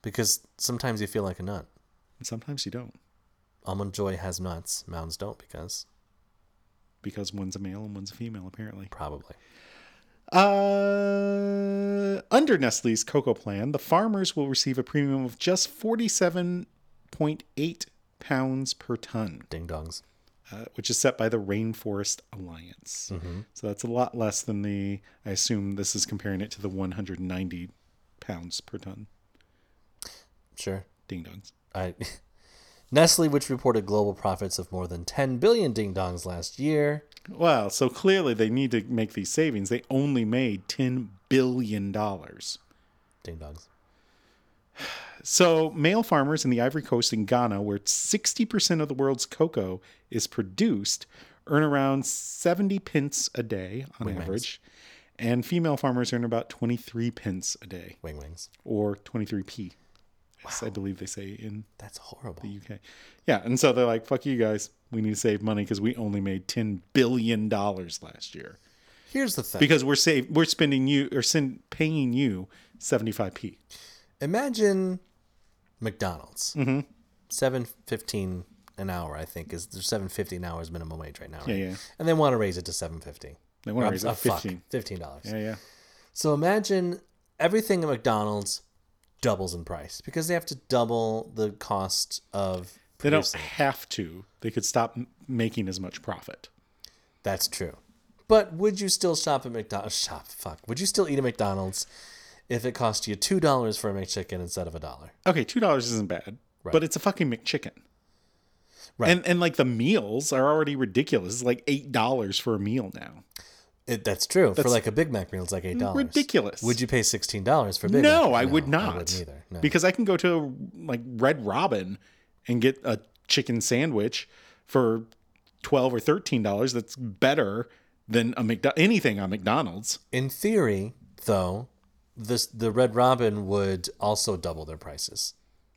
C: because sometimes you feel like a nut.
B: And sometimes you don't
C: Almond Joy has nuts. Mounds don't because
B: because one's a male and one's a female, apparently.
C: probably.
B: Uh, under Nestle's cocoa plan, the farmers will receive a premium of just 47.8 pounds per ton,
C: Ding dongs.
B: uh, which is set by the Rainforest Alliance. So that's a lot less than the, I assume this is comparing it to the 190 pounds per ton.
C: Sure.
B: Ding dongs.
C: I, Nestle, which reported global profits of more than 10 billion ding dongs last year.
B: Wow, so clearly they need to make these savings. They only made $10 billion.
C: Ding dongs.
B: So, male farmers in the Ivory Coast and Ghana, where 60% of the world's cocoa is produced, earn around 70 pence a day on average. And female farmers earn about 23 pence a day,
C: Wing wings.
B: or 23p, as I believe they say in
C: That's horrible.
B: the UK. Yeah, and so they're like, fuck you guys. We need to save money because we only made $10 billion last year.
C: Here's the thing.
B: Because we're save, we're spending you or send, paying you 75p.
C: Imagine McDonald's. Mm-hmm. 7.15 an hour, I think, is 7.50 an hour is minimum wage right now. Right?
B: yeah.
C: And they want to raise it to 7.50.
B: They want to raise it
C: Oh,
B: to
C: fuck,
B: 15.
C: $15.
B: Yeah, yeah.
C: So imagine everything at McDonald's doubles in price because they have to double the cost of
B: They don't
C: producing.
B: have to. They could stop m- making as much profit.
C: That's true. But would you still shop at McDonald's? Shop, fuck. Would you still eat at McDonald's if it cost you two dollars for a McChicken instead of a dollar?
B: Okay, two dollars isn't bad, but it's a fucking McChicken.
C: Right.
B: And and like the meals are already ridiculous. It's like eight dollars for a meal now.
C: It, that's true. for like a Big Mac meal, it's like eight dollars.
B: Ridiculous.
C: Would you pay sixteen dollars for a Big Mac?
B: No, I would not.
C: I wouldn't either. No.
B: Because I can go to like Red Robin and get a chicken sandwich for twelve or thirteen dollars. That's better than a McDo- anything on McDonald's.
C: In theory, though, this the Red Robin would also double their prices.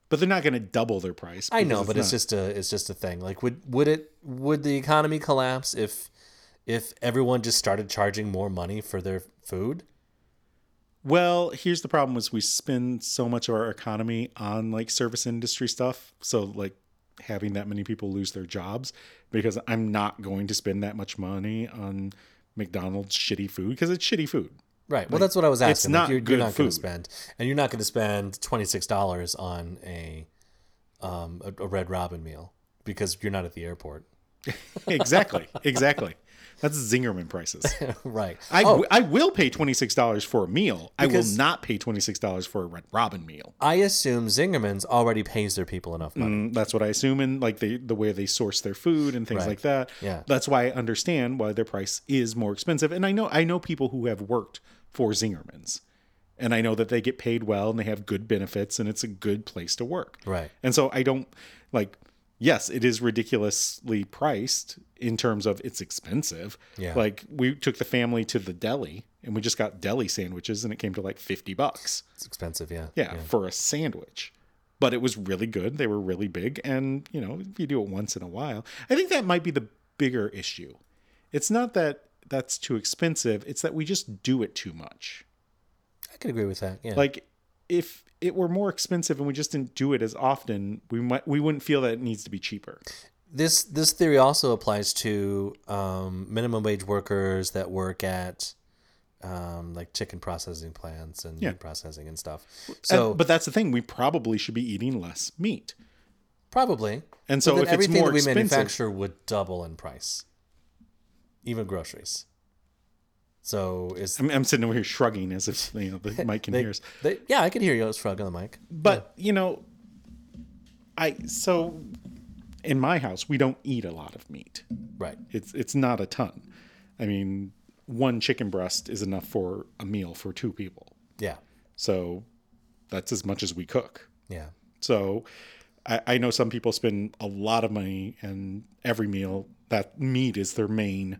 B: But they're not going to double their price.
C: I know,
B: because
C: but
B: not-
C: it's just a it's just a thing. Like, would would it would the economy collapse if if everyone just started charging more money for their food?
B: Well, here's the problem: is we spend so much of our economy on like service industry stuff. So like having that many people lose their jobs because I'm not going to spend that much money on McDonald's shitty food because it's shitty food.
C: Right. Well, that's what I was asking. Like,
B: not
C: you're,
B: good
C: you're not going to
B: food.
C: spend, and you're not going to spend twenty six dollars on a, um, a, a Red Robin meal because you're not at the airport.
B: exactly. Exactly. That's Zingerman prices.
C: right.
B: I, w- I will pay $26 for a meal. I will
C: Because-
B: not pay $26 for a Red Robin meal.
C: I assume Zingerman's already pays their people enough money.
B: Mm, That's what I assume in like the, the way they source their food and things
C: Right.
B: like that.
C: Yeah.
B: That's why I understand why their price is more expensive. And I know I know people who have worked for Zingerman's. And I know that they get paid well and they have good benefits and it's a good place to work.
C: Right.
B: And so I don't like yes, it is ridiculously priced in terms of it's expensive.
C: Yeah.
B: Like we took the family to the deli and we just got deli sandwiches and it came to like 50 bucks.
C: It's expensive. Yeah.
B: Yeah, for a sandwich. But it was really good. They were really big and, you know, if you do it once in a while, I think that might be the bigger issue. It's not that that's too expensive, it's that we just do it too much.
C: I could agree with that. Yeah.
B: Like if it were more expensive and we just didn't do it as often, we might we wouldn't feel that it needs to be cheaper.
C: this this theory also applies to um, minimum wage workers that work at um, like chicken processing plants and meat processing and stuff. So
B: And- but that's the thing. We probably should be eating less meat.
C: probably.
B: And
C: But
B: so
C: then
B: if it's
C: everything
B: more
C: that we
B: expensive-
C: manufacture would double in price, even groceries. So is
B: I'm, I'm sitting over here shrugging as if you know the mic can hear us.
C: they, yeah, I could hear you shrug on the mic.
B: But you know, I so in my house we don't eat a lot of meat.
C: Right.
B: It's it's not a ton. I mean, one chicken breast is enough for a meal for two people.
C: Yeah.
B: So that's as much as we cook.
C: Yeah.
B: So I, I know some people spend a lot of money and every meal that meat is their main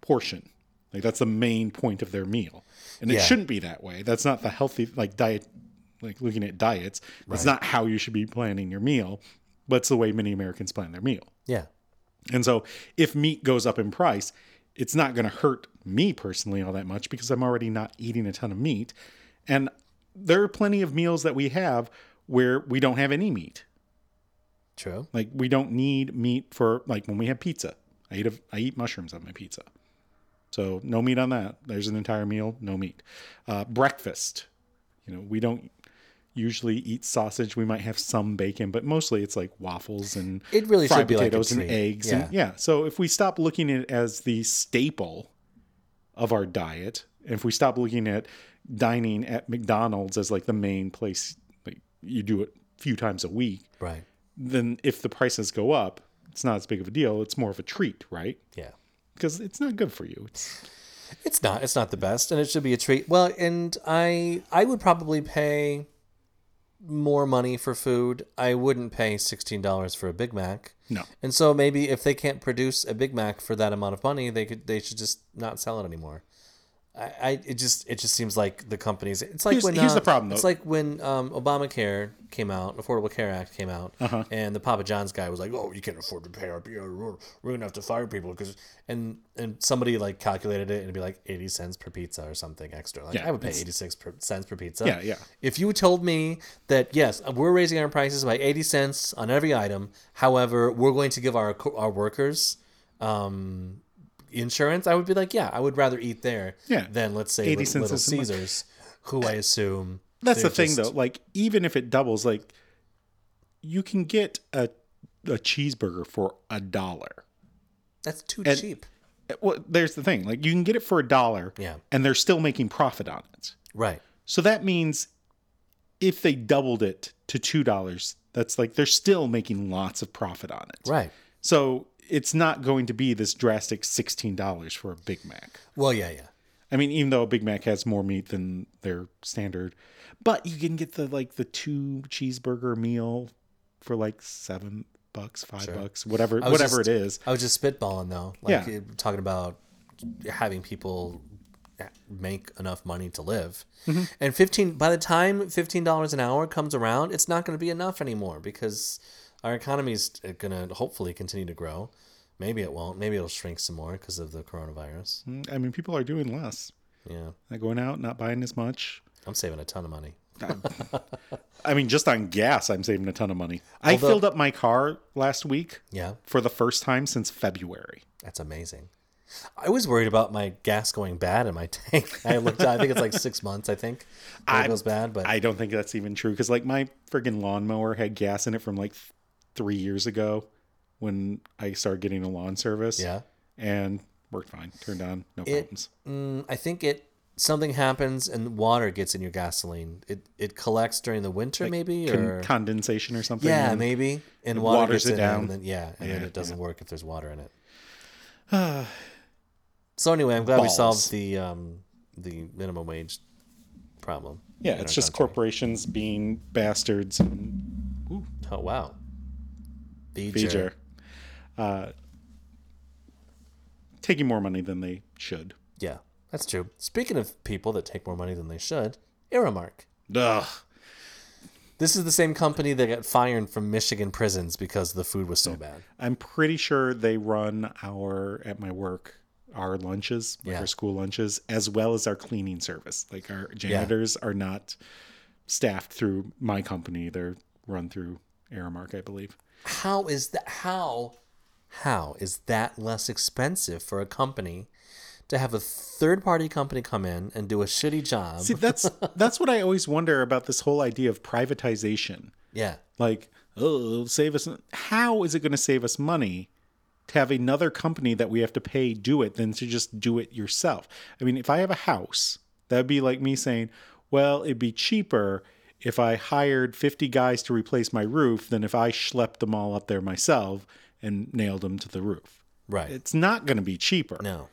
B: portion. Like that's the main point of their meal. And it
C: Yeah.
B: shouldn't be that way. That's not the healthy like diet like looking at diets. That's not how you should be planning your meal, but it's the way many Americans plan their meal.
C: Yeah.
B: And so if meat goes up in price, it's not going to hurt me personally all that much because I'm already not eating a ton of meat. And there are plenty of meals that we have where we don't have any meat.
C: True.
B: Like we don't need meat for like when we have pizza. I eat a, I eat mushrooms on my pizza. So no meat on that. There's an entire meal, no meat. Uh, breakfast. You know, we don't usually eat sausage. We might have some bacon, but mostly it's like waffles and
C: It really
B: fried
C: should be like a
B: potatoes and
C: treat.
B: eggs. And yeah. So if we stop looking at it as the staple of our diet, and if we stop looking at dining at McDonald's as like the main place, like you do it a few times a week,
C: Right.
B: then if the prices go up, it's not as big of a deal. It's more of a treat, right?
C: Yeah.
B: Because it's not good for you. It's,
C: It's not. It's not the best, and it should be a treat. Well, and I I would probably pay more money for food. I wouldn't pay sixteen dollars for a Big Mac.
B: no.
C: And so maybe if they can't produce a Big Mac for that amount of money, they could they should just not sell it anymore. I, I it just it just seems like the companies. It's like
B: Here's-
C: when
B: here's
C: uh,
B: the problem,
C: It's
B: though.
C: like when um, Obamacare came out, Affordable Care Act came out,
B: Uh-huh.
C: and the Papa John's guy was like, "Oh, you can't afford to pay our we're we're gonna have to fire people because and and somebody like calculated it and it'd be like eighty cents per pizza or something extra. Like
B: Yeah,
C: I would pay
B: it's-
C: eighty six per, cents per pizza.
B: Yeah, yeah.
C: If you told me that yes, we're raising our prices by eighty cents on every item, however, we're going to give our co- our workers um, insurance, I would be like, yeah, I would rather eat there
B: Yeah.
C: than let's say
B: 80
C: Lit-
B: cents
C: Little
B: is a mu-
C: Caesars, who I assume
B: That's the
C: they're
B: thing,
C: just-
B: though. Like, even if it doubles, like, you can get a, a cheeseburger for a dollar.
C: That's too
B: And-
C: cheap,
B: Well, there's the thing. Like, you can get it for a dollar,
C: Yeah.
B: and they're still making profit on it.
C: right?
B: So that means if they doubled it to $2, that's like they're still making lots of profit on it.
C: Right.
B: So it's not going to be this drastic $16 for a Big Mac.
C: Well, yeah, yeah.
B: I mean, even though a Big Mac has more meat than their standard, but you can get the like the two cheeseburger meal for like seven bucks, five bucks, whatever,
C: I was
B: whatever
C: just-
B: it is.
C: I was just spitballing though, like
B: Yeah.
C: yeah. talking about having people make enough money to live.
B: Mm-hmm.
C: And fifteen by the time fifteen dollars an hour comes around, it's not going to be enough anymore because our economy's going to hopefully continue to grow. Maybe it won't. Maybe it'll shrink some more
B: Mm.
C: because of the coronavirus.
B: I mean, people are doing less,
C: Yeah,
B: not going out, not buying as much.
C: I'm saving a ton of money.
B: I mean, just on gas, I'm saving a ton of money. I filled up my car last week
C: Yeah,
B: for the first time since February.
C: that's amazing. I was worried about my gas going bad in my tank. I looked. I think it's like six months. I think that
B: I-
C: it goes bad, but
B: I don't think that's even true because, like, my friggin' lawnmower had gas in it from like th- three years ago when I started getting a lawn service.
C: yeah,
B: And worked fine, turned on, no problems.
C: mm, I think it something happens and water gets in your gasoline. It it collects during the winter, maybe
B: Con-
C: or
B: condensation or something.
C: yeah,
B: and-
C: maybe and water
B: waters
C: gets
B: it
C: in
B: down.
C: and then yeah, and then
B: Yeah,
C: it doesn't work if there's water in it. so anyway, I'm glad we
B: Balls.
C: solved the um the minimum wage problem.
B: Yeah,
C: in
B: it's
C: our
B: just
C: country.
B: corporations being bastards and
C: Oh wow,
B: Beeger.
C: Beeger.
B: Uh, taking more money than they should.
C: Yeah, that's true. Speaking of people that take more money than they should, Aramark.
B: Ugh.
C: This is the same company that got fired from Michigan prisons because the food was so bad.
B: I'm pretty sure they run our at my work our lunches, like
C: Yeah.
B: our school lunches, as well as our cleaning service. Like our janitors are not staffed through my company; they're run through Aramark, I believe.
C: How is that? How, how is that less expensive for a company to have a third-party company come in and do a shitty job?
B: See, that's that's what I always wonder about this whole idea of privatization.
C: yeah,
B: like oh it'll save us how is it going to save us money to have another company that we have to pay do it than to just do it yourself i mean if i have a house that'd be like me saying well it'd be cheaper if i hired 50 guys to replace my roof than if i schlepped them all up there myself and nailed them to the roof
C: right.
B: it's not going to be cheaper
C: no.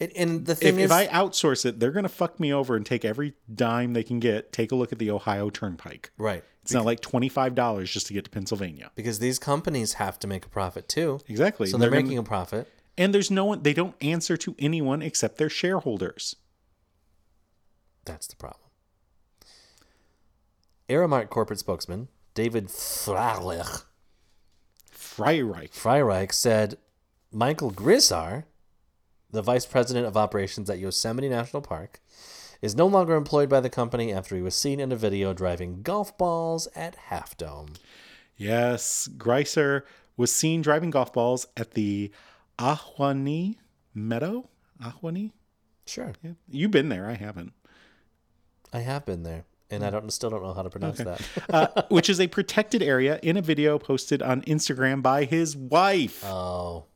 C: It, and the
B: if,
C: thing is,
B: if i outsource it they're going to fuck me over and take every dime they can get take a look at the ohio turnpike
C: right
B: it's not like $25 just to get to pennsylvania
C: because these companies have to make a profit too,
B: Exactly.
C: so
B: And
C: they're,
B: they're gonna-
C: making a profit.
B: and there's no one they don't answer to anyone except their shareholders.
C: That's the problem. Aramark corporate spokesman David Freilich,
B: Freireich.
C: Freireich said Michael Grisar, the vice president of operations at Yosemite National Park, is no longer employed by the company after he was seen in a video driving golf balls at Half Dome.
B: Yes, Greiser was seen driving golf balls at the Ahwani Meadow. Ahwani?
C: Sure,
B: Yeah. You've been there, I haven't.
C: I have been there, and I don't still don't know how to pronounce that.
B: Uh, which is a protected area in a video posted on Instagram by his wife.
C: Oh,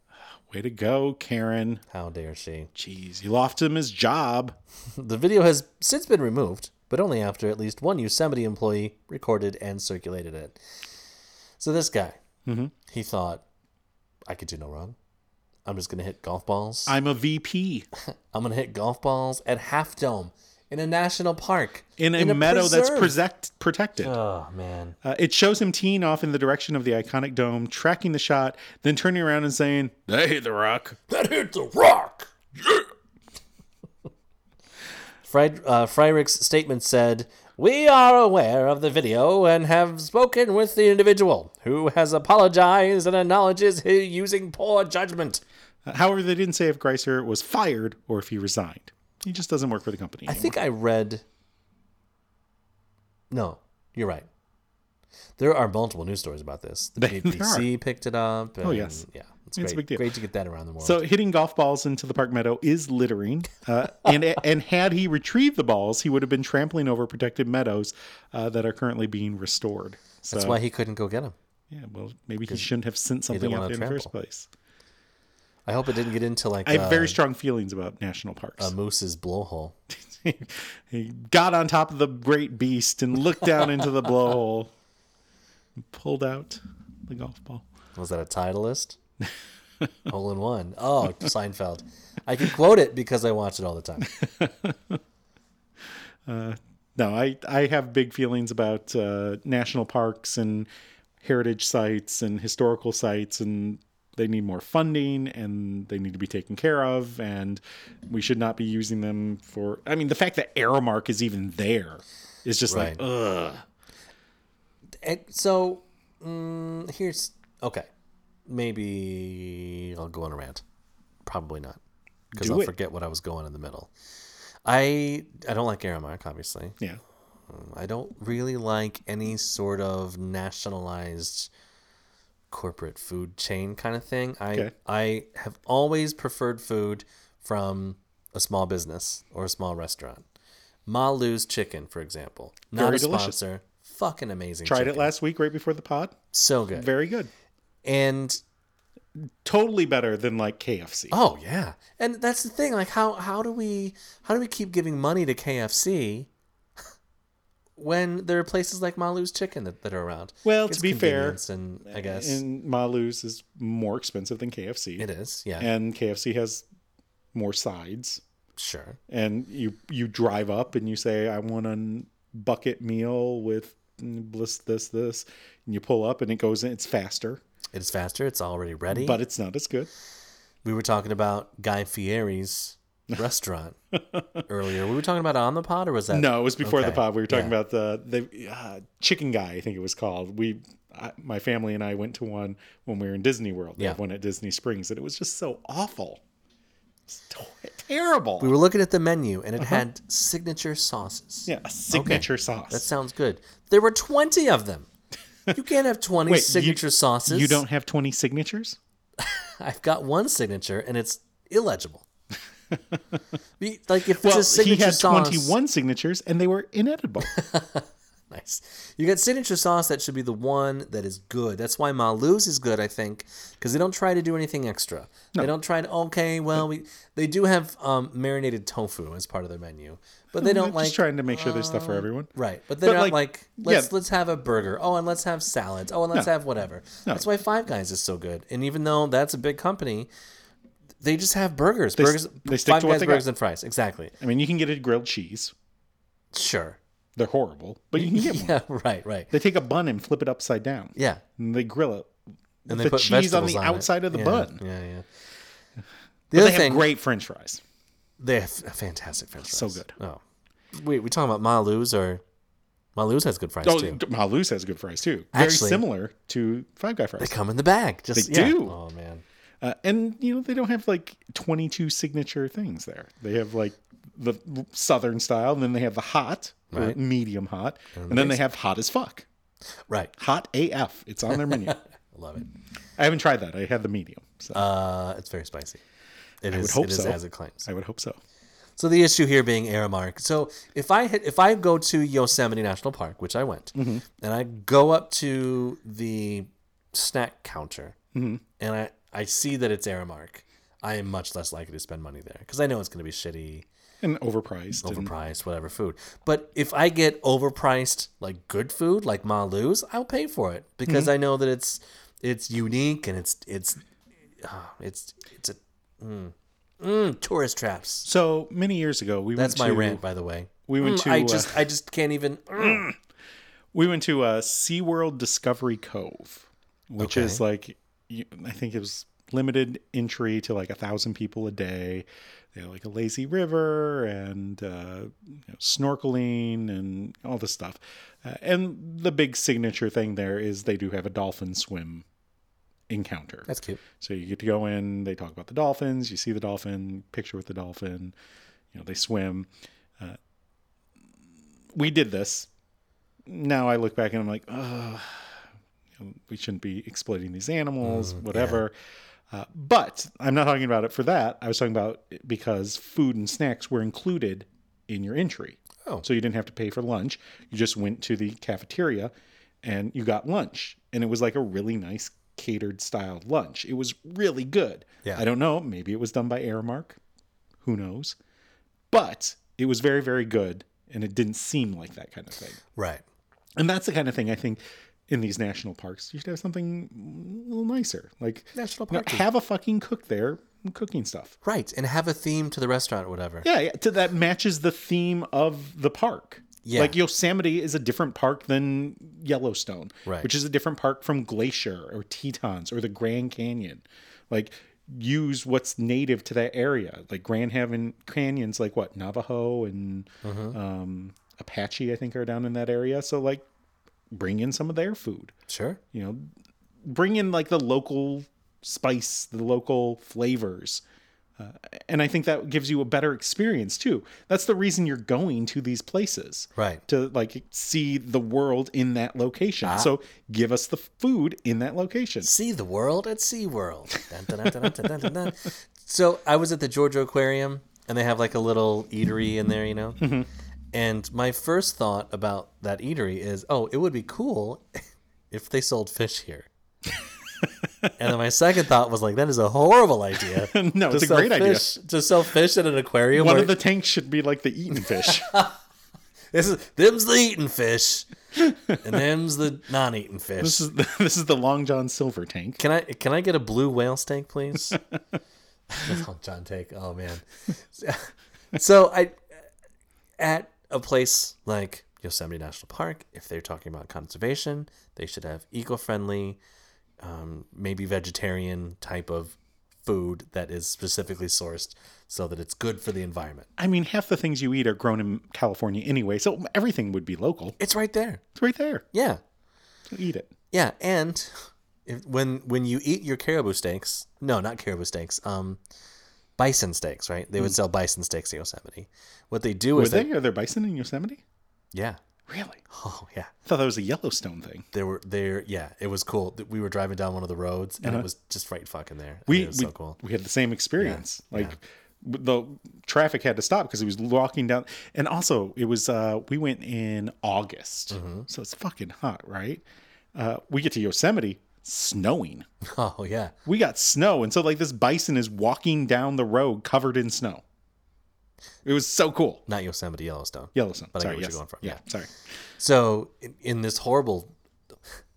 B: Way to go, Karen.
C: how dare she!
B: Jeez, you lost him his job.
C: The video has since been removed, but only after at least one Yosemite employee recorded and circulated it. So this guy,
B: Mm-hmm.
C: he thought, I could do no wrong. I'm just gonna hit golf balls.
B: I'm a VP
C: I'm gonna hit golf balls at Half Dome in a national park
B: in a, meadow that's
C: preserve.
B: protect, protected.
C: Oh man,
B: Uh, it shows him teeing off in the direction of the iconic dome, tracking the shot, then turning around and saying, "That hit the rock."
C: that hit the rock. Fried, uh, Freirich's statement said, "We are aware of the video and have spoken with the individual who has apologized and acknowledges his using poor judgment."
B: Uh, however, they didn't say if Greiser was fired or if he resigned. He just doesn't work for the company.
C: I
B: anymore.
C: think I read. No, you're right. There are multiple news stories about this. The
B: There Oh,
C: BBC picked it up. And,
B: yes.
C: yeah, it's,
B: It's a
C: great.
B: big deal.
C: Great to get that around the world.
B: so. Hitting golf balls into the park meadow is littering, uh, and and had he retrieved the balls, he would have been trampling over protected meadows uh, that are currently being restored. So,
C: That's why he couldn't go get him.
B: yeah, well, maybe he shouldn't have sent something
C: didn't
B: out
C: wanna
B: there in the first
C: trample.
B: place.
C: I hope it didn't get into like
B: I have
C: uh, um,
B: very strong feelings about national parks.
C: a moose's blowhole.
B: he got on top of the great beast and looked down into the blowhole and pulled out the golf ball.
C: Was that a Titleist? Hole in one. Oh, Seinfeld. I can quote it because I watch it all the time.
B: No, I, I have big feelings about uh, national parks and heritage sites and historical sites, and they need more funding and they need to be taken care of, and we should not be using them for. I mean, the fact that Aramark is even there is just like,
C: Right.
B: ugh.
C: And so mm, here's okay. Maybe I'll go on a rant. Probably not, because
B: Do
C: I'll
B: it.
C: forget what I was going in the middle. I I don't like Aramark, obviously.
B: Yeah.
C: I don't really like any sort of nationalized corporate food chain kind of thing. I
B: Okay.
C: I have always preferred food from a small business or a small restaurant. Ma Lou's chicken, for example, not
B: Very
C: a
B: delicious.
C: sponsor. Fucking amazing.
B: Tried it
C: chicken.
B: last week right before the pod.
C: So good.
B: Very good.
C: and
B: Totally better than like KFC.
C: oh yeah, and that's the thing. Like how how do we how do we keep giving money to KFC when there are places like Ma Lou's chicken that, that are around?
B: Well,
C: It's
B: to be fair,
C: convenience and I guess
B: and Malu's is more expensive than KFC.
C: it is. Yeah,
B: And KFC has more sides.
C: sure.
B: And you you drive up and you say, I want a bucket meal with this, this, this. And you pull up and it goes in. It's faster,
C: It's faster. It's already ready.
B: but it's not as good.
C: we were talking about Guy Fieri's restaurant earlier. We were talking about it on the pod, or was that
B: No, it was before the
C: okay,
B: pod. We were talking
C: yeah.
B: about the the uh, chicken guy. I think it was called. We, I, my family and I went to one when we were in Disney World. They
C: Yeah.
B: have one at Disney Springs, and it was just so awful, it's t- terrible.
C: We were looking at the menu, and it
B: Uh-huh.
C: had signature sauces.
B: yeah, a signature sauce.
C: That sounds good. There were twenty of them. You can't have twenty
B: Wait, you-
C: signature sauces.
B: you don't have twenty signatures.
C: I've got one signature, and it's illegible. Be- like if
B: Well,
C: it's a signature
B: he had
C: sauce,
B: twenty-one signatures, and they were inedible.
C: Nice. You got signature sauce that should be the one that is good. That's why Malu's is good, I think, because they don't try to do anything extra. They don't try to okay, well, we they do have um, marinated tofu as part of their menu, but they don't
B: Mm, just
C: like
B: trying to make sure there's stuff for everyone.
C: right. But they're
B: but,
C: not like,
B: like,
C: let's
B: yeah.
C: let's have a burger. Oh, and let's have salads. Oh, and let's have whatever. That's why Five Guys is so good. And even though that's a big company, they just have burgers. burgers.
B: they stick
C: Five
B: to what
C: Guys
B: they got.
C: burgers and fries. Exactly.
B: I mean, you can get a grilled cheese.
C: Sure.
B: They're horrible, but you can get one.
C: Yeah. Right. Right.
B: They take a bun and flip it upside down.
C: Yeah.
B: and they grill it.
C: and
B: the cheese on the
C: vegetables it.
B: outside of the
C: Yeah,
B: bun.
C: Yeah, yeah. The
B: But
C: other
B: they
C: thing,
B: have great French fries.
C: they have fantastic French fries.
B: So good.
C: Oh, wait, we talking about Malu's or Malu's has good fries
B: Oh,
C: too.
B: d- Malus has good fries too. Very
C: Actually-
B: similar to Five Guy fries.
C: They come in the bag. Just
B: They
C: yeah.
B: do.
C: Oh man,
B: Uh, and you know they don't have like 22 signature things there. They have like the southern style, and then they have the hot, or
C: Right.
B: medium hot, and then they have hot as fuck,
C: right.
B: hot AF. It's on their menu.
C: I love it.
B: I haven't tried that. I had the medium, so
C: Uh, it's very spicy. It is.
B: would hope
C: it is
B: so.
C: as it claims.
B: I would hope so.
C: So the issue here being Aramark. So if I hit, if I go to Yosemite National Park, which I went, and I go up to the snack counter, and I I see that it's Aramark, I am much less likely to spend money there because I know it's going to be shitty,
B: And overpriced. and-
C: overpriced, whatever food. But if I get overpriced like good food, like Ma Lu's, I'll pay for it because I know that it's it's unique and it's it's uh, it's it's a mm, mm, tourist traps.
B: so many years ago, we
C: That's
B: went
C: my
B: to
C: rant, by the way.
B: we went
C: Mm,
B: to,
C: I
B: uh,
C: just I just can't even. Mm.
B: We went to uh, SeaWorld Discovery Cove, which
C: Okay.
B: is like, you, I think it was limited entry to like a thousand people a day. They had like a lazy river and uh, you know, snorkeling and all this stuff. Uh, and the big signature thing there is they do have a dolphin swim encounter.
C: That's cute.
B: So you get to go in, they talk about the dolphins, you see the dolphin, picture with the dolphin, you know, they swim. Uh, we did this. Now I look back and I'm like, oh, we shouldn't be exploiting these animals, whatever. Uh, but I'm not talking about it for that. I was talking about it because food and snacks were included in your entry.
C: Oh.
B: So you didn't have to pay for lunch. You just went to the cafeteria and you got lunch. And it was like a really nice catered style lunch. It was really good.
C: Yeah.
B: I don't know. Maybe it was done by Aramark. Who knows? But it was very, very good. And it didn't seem like that kind of thing.
C: Right.
B: And that's the kind of thing I think in these national parks, you should have something a little nicer. Like
C: National
B: you know,
C: park is-
B: have a fucking cook there cooking stuff.
C: Right. And have a theme to the restaurant or whatever.
B: Yeah, yeah to, that matches the theme of the park.
C: Yeah.
B: Like Yosemite is a different park than Yellowstone,
C: Right.
B: which is a different park from Glacier or Tetons or the Grand Canyon. Like use what's native to that area. Like Grand Haven Canyons like what? Navajo and
C: Mm-hmm.
B: um, Apache I think are down in that area. So like bring in some of their food
C: Sure.
B: you know bring in like the local spice the local flavors uh, and I think that gives you a better experience too. That's the reason you're going to these places,
C: Right.
B: To like see the world in that location.
C: Ah.
B: So give us the food in that location.
C: See the world at SeaWorld. Dun, dun, dun, dun, dun, dun, dun, dun. so I was at the Georgia Aquarium, and they have like a little eatery in there, you know?
B: Mm-hmm.
C: And my first thought about that eatery is, oh, it would be cool if they sold fish here. and then my second thought was like, that is a horrible idea.
B: No,
C: to
B: it's a
C: sell
B: great idea.
C: fish- To sell fish at an aquarium.
B: One
C: where-
B: of the tanks should be like the eating fish.
C: this is, them's the eating fish, and them's the non-eating fish.
B: this is the, this is the Long John Silver tank.
C: Can I can I get a blue whale steak, please? oh, John Take. Oh man. So I at a place like Yosemite National Park, if they're talking about conservation, they should have eco-friendly, um, maybe vegetarian type of food that is specifically sourced so that it's good for the environment.
B: I mean, half the things you eat are grown in California anyway, so everything would be local.
C: It's right there.
B: It's right there.
C: Yeah.
B: So eat it.
C: Yeah, and if, when when you eat your caribou steaks, no, not caribou steaks, um, bison steaks, right? They would sell bison steaks in Yosemite. What they do
B: Were
C: is they,
B: Mm. they? Are there bison in Yosemite?
C: yeah,
B: Really? I
C: oh yeah,
B: thought that was a Yellowstone thing.
C: there were there, yeah, it was cool. Th- We were driving down one of the roads, and it was just right fucking there. I mean,
B: Uh-huh. we
C: it was
B: we,
C: so cool.
B: we had the same experience. like w the traffic had to stop because he was walking down, and also it was uh, we went in August,
C: Mm-hmm.
B: so it's fucking hot, right? Uh, we get to Yosemite, snowing.
C: Oh yeah,
B: We got snow, and so like this bison is walking down the road covered in snow. It was so cool.
C: not Yosemite, Yellowstone.
B: Yellowstone.
C: But I get
B: sorry,
C: what you're
B: yes.
C: going for.
B: Yeah,
C: Yeah.
B: sorry.
C: So in, in this horrible,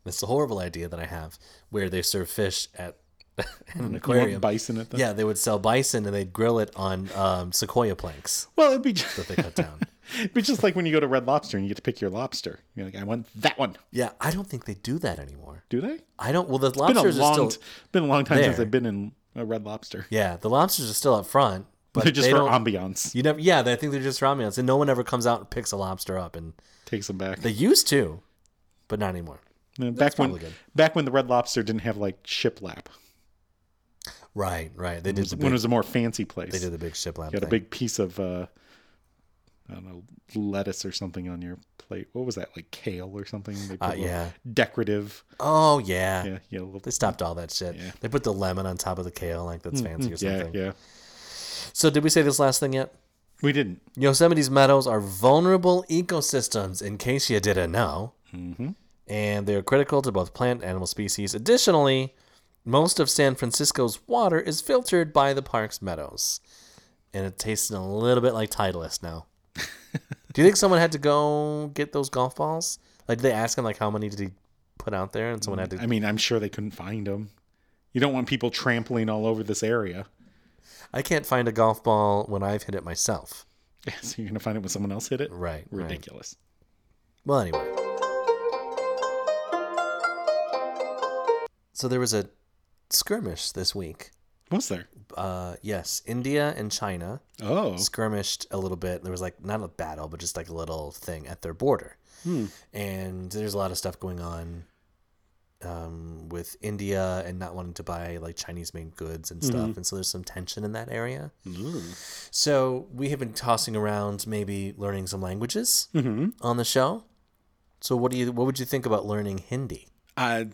C: this horrible idea that I have, where they serve fish at an
B: You want
C: aquarium.
B: bison at the
C: Yeah, they would sell bison and they'd grill it on um, sequoia planks
B: Well, it'd be just,
C: that they cut down.
B: it'd be just like when you go to Red Lobster and you get to pick your lobster. You're like, I want that one.
C: Yeah, I don't think they do that anymore.
B: Do they?
C: I don't. Well, the
B: Been a
C: lobsters are
B: long,
C: still.
B: t- been a long time since
C: there.
B: I've been in a Red Lobster.
C: yeah, the lobsters are still up front, but
B: They're just
C: they
B: for
C: don't.
B: ambiance.
C: you never. Yeah, they- I think they're just ramyans, and no one ever comes out and picks a lobster up. And
B: Takes them back.
C: they used to, but not anymore.
B: Uh, back when,
C: probably good.
B: back when the Red Lobster didn't have like shiplap,
C: Right, right. They did the
B: when it
C: big.
B: was a more fancy place.
C: They did the big shiplap.
B: you had a
C: thing.
B: big piece of, uh, I don't know, lettuce or something on your plate. What was that? Like kale or something? They put a little
C: Uh, yeah.
B: Decorative.
C: Oh yeah.
B: Yeah, yeah, a little-
C: They stopped all that shit. They put the lemon on top of the kale, like that's fancy or
B: yeah,
C: something.
B: yeah.
C: So did we say this last thing yet?
B: We didn't.
C: Yosemite's meadows are vulnerable ecosystems, in case you didn't know. And they're critical to both plant and animal species. Additionally, most of San Francisco's water is filtered by the park's meadows. And it tastes a little bit like Titleist now. Do you think someone had to go get those golf balls? Like, did they ask him, like, how many did he put out there? And someone had to.
B: I mean, I'm sure they couldn't find them. You don't want people trampling all over this area.
C: I can't find a golf ball when I've hit it myself.
B: Yeah, so you're gonna find it when someone else hit it.
C: Right, right.
B: Ridiculous.
C: Well, anyway. So there was a skirmish this week.
B: What's there?
C: Uh, yes, India and China
B: Oh,
C: skirmished a little bit. There was like not a battle, but just like a little thing at their border.
B: Hmm.
C: And there's a lot of stuff going on um, with India and not wanting to buy like Chinese made goods and stuff.
B: Mm-hmm.
C: And so there's some tension in that area. So we have been tossing around maybe learning some languages
B: Mm-hmm.
C: on the show. So what do you what would you think about learning Hindi
B: uh,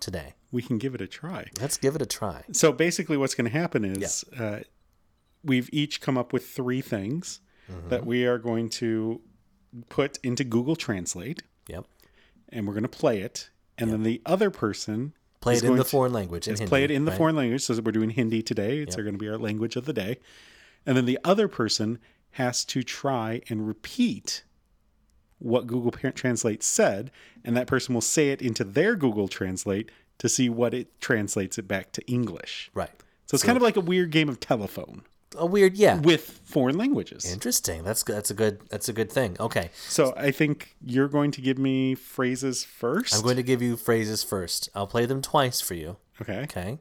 C: today?
B: we can give it a try.
C: Let's give it a try.
B: So basically, what's going to happen is uh, we've each come up with three things that we are going to put into Google Translate,
C: Yep.
B: and we're going to play it. And then the other person
C: Play
B: is
C: it in
B: going
C: the
B: to-
C: foreign language. In Hindi,
B: play it in the
C: right?
B: foreign language. So we're doing Hindi today. It's going to be our language of the day. And then the other person has to try and repeat what Google Par- Translate said, and that person will say it into their Google Translate to see what it translates it back to English.
C: Right.
B: So it's kind of like a weird game of telephone
C: A weird, yeah.
B: with foreign languages.
C: Interesting. That's good. That's a good. That's a good thing. Okay,
B: So I think you're going to give me phrases 1st
C: I'm going to give you phrases first. I'll play them twice for you.
B: okay.
C: Okay.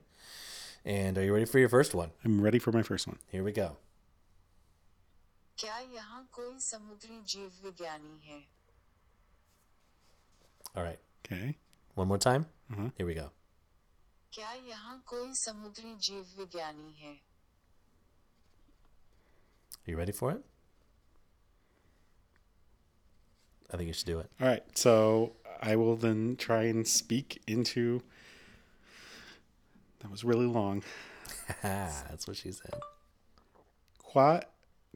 C: And are you ready for your first one?
B: I'm ready for my first one.
C: Here we go.
D: क्या यहाँ कोई समुद्री जीव विज्ञानी है
C: All right.
B: Okay. Uh-huh.
C: One more time. Here we go.
D: क्या यहाँ कोई समुद्री जीव विज्ञानी है
C: Are you ready for it? I think you should do it.
B: All right. So I will then try and speak into. That was really long.
C: Ah, That's what she said.
B: Qua.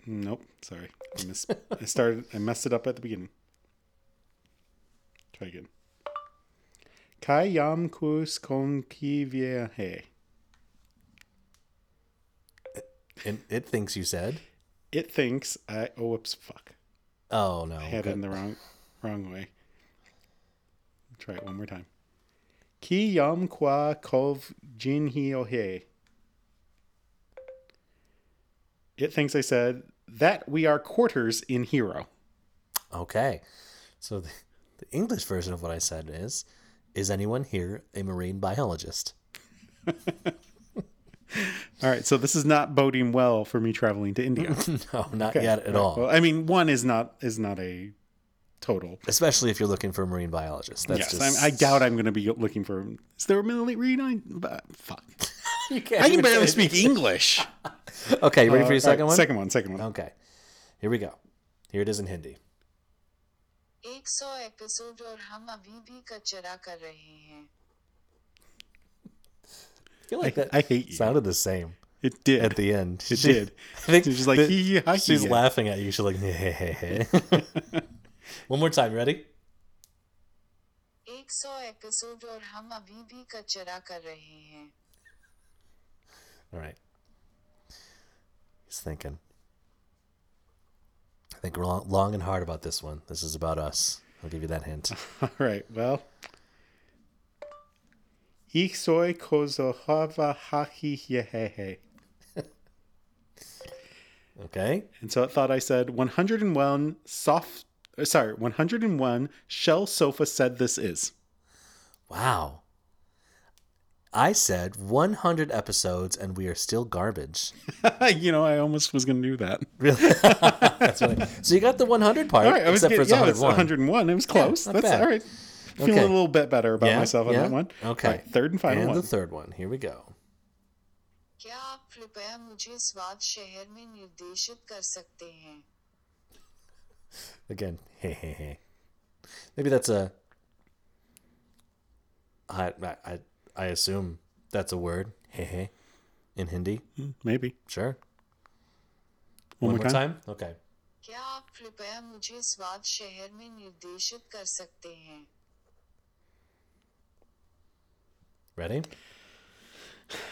B: Nope. Sorry. I, mis- I started. I messed it up at the beginning. Try again. Kai yam kus kon ki viehe.
C: It, it thinks you said.
B: It thinks I. Oh, whoops. Fuck.
C: Oh no.
B: I had it
C: Good.
B: in the wrong wrong way. Try it one more time. Ki yam kwa kov jin hi o he. It thinks I said that we are quarters in hero.
C: Okay. So the, the English version of what I said is Is anyone here a marine biologist?
B: All right, so this is not boding well for me traveling to India.
C: No, not yet at all.
B: Well, I mean, one is not is not a total.
C: Especially if you're looking for a marine biologist. That's
B: yes,
C: just.
B: I'm, I doubt I'm going to be looking for. Is there a military? Uh, fuck,
C: You can't
B: I can
C: even
B: barely
C: say
B: speak English.
C: it. Okay, you ready for your
B: All right,
C: second one?
B: Second one. Second one.
C: Okay. Here we go. Here it is in Hindi.
D: 100 episode और हम अभी भी कचरा कर रहे हैं
C: I feel like
B: I-
C: that
B: I hate you.
C: sounded the same
B: It did.
C: at the end.
B: It did.
C: I think
B: She's like,
C: that-
B: "Hee hee ha
C: she's
B: hee."
C: laughing at you. She's like, hey, hey, hey. One more time. Ready?
D: 100 episode और हम अभी भी कचरा कर रहे हैं
C: All right. He's thinking. I think long, long and hard about this one. This is about us. I'll give you that hint.
B: All right. Well, ich soy kozohava haki yehehe.
C: Okay.
B: And so it thought I said 101 soft. uh, Sorry, 101 shell sofa said this is.
C: Wow. I said 100 episodes and we are still garbage.
B: you know, I almost was going to do that.
C: Really? That's really so you got the 100 part,
B: All right, I was
C: except for
B: getting,
C: it's
B: yeah, it's
C: 101.
B: 101. It was close.
C: not
B: That's
C: bad.
B: all right. Feeling
C: Okay.
B: a little bit better about
C: Yeah,
B: myself on
C: yeah.
B: that one.
C: Okay.
B: All right, third and final
C: and
B: one.
C: the third one. Here we go.
D: क्या आप कृपया मुझे स्वाद शहर में निर्देशित कर सकते हैं
C: Again, hey, hey, hey. Maybe that's a. I, I, I- I assume that's a word. Hey, hey. In Hindi.
B: Maybe.
C: Sure.
B: One, more, time.
C: Okay.
D: क्या आप कृपया मुझे स्वाद शहर में निर्देशित कर सकते हैं
C: Ready?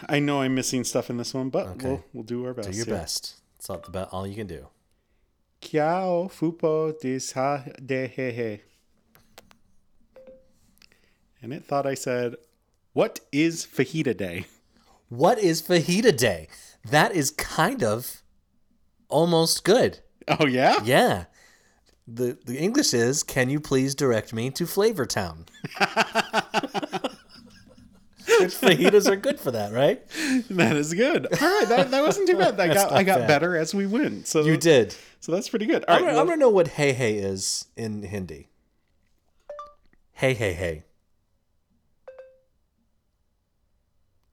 B: I know I'm missing stuff in this one, but
C: Okay.
B: we'll, we'll do our best.
C: Do your
B: yeah.
C: best. It's all, the be- all you can do.
B: Kiao fupo disha dehehe. And it thought I said, What is fajita day?
C: What is Fajita Day? That is kind of almost good.
B: Oh, yeah?
C: Yeah. The the English is can you please direct me to Flavor Town? Which fajitas are good for that, right?
B: That is good. All right, that, that wasn't too bad. I got I got better as we went. So
C: You did.
B: So that's pretty good. All
C: I'm gonna,
B: right, well,
C: I'm gonna know what hey hey is in Hindi. Hey hey hey.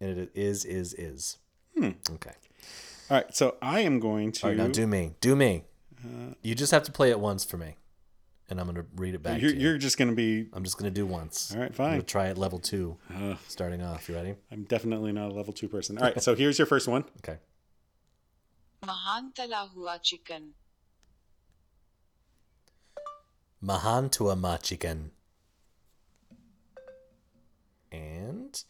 C: And it is is is. Hmm. Okay.
B: all right. So I am going to. uh,
C: All right, now do me. Do me. you just have to play it once for me, and I'm gonna read it back.
B: you're,
C: to you.
B: you're just going to be.
C: I'm just gonna do once.
B: All right,
C: I'm gonna
B: fine.
C: try it level two, starting off. You ready?
B: I'm definitely not a level two person. All right. So here's your first one.
C: Okay.
D: महान तला हुआ chicken
C: Mahan to a ma chicken. And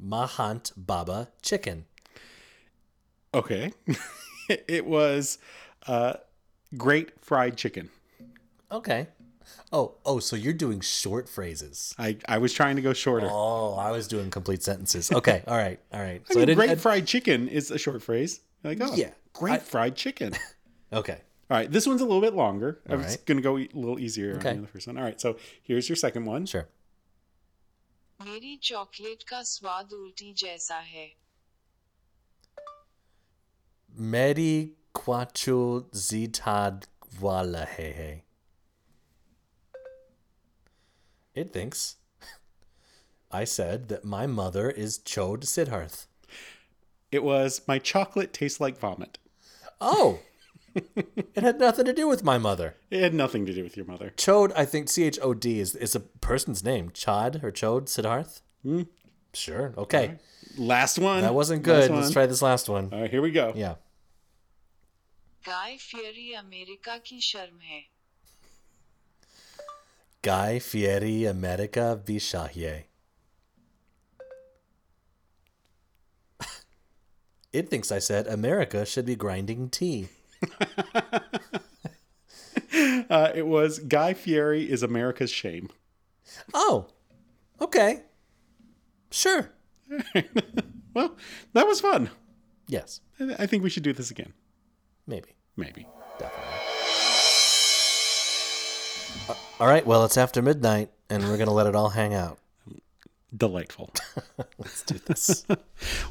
C: Mahant Baba chicken.
B: Okay. it was uh, great fried chicken.
C: Okay. Oh, oh, so you're doing short phrases.
B: I, I was trying to go shorter.
C: Oh, I was doing complete sentences. Okay, all right, all right.
B: I
C: So I,
B: mean,
C: didn't.
B: great
C: I-
B: fried chicken is a short phrase. Like, oh,
C: Yeah.
B: great
C: I-
B: fried chicken.
C: okay,
B: All right, this one's a little bit longer. I was
C: right.
B: going to go e- a little easier
C: Okay.
B: on you on the first one. All right, so here's your second one.
C: sure.
D: मेरी chocolate का स्वाद उल्टी जैसा है
C: Meri quacho zitad wala he he. It thinks. I said that my mother is Chode Siddharth.
B: It was my chocolate tastes like vomit.
C: oh, it had nothing to do with my mother.
B: It had nothing to do with your mother.
C: Chod, I think C H O D is is a person's name. Chod or Chod Siddharth? Sure. Okay.
B: Last one.
C: That wasn't
B: Last
C: good. Let's
B: one.
C: try this last one. Uh,
B: All right, here we go.
C: Yeah.
D: Guy Fieri America की शर्म है
C: Guy Fieri America Bishahier. It thinks I said America should be grinding tea.
B: Uh, it was Guy Fieri is America's shame.
C: Oh, okay. Sure.
B: Well, that was fun.
C: Yes,
B: I I think we should do this again.
C: maybe.
B: Maybe.
C: Definitely. All right, well, it's after midnight, and we're going to let it all hang out.
B: Delightful.
C: Let's do this.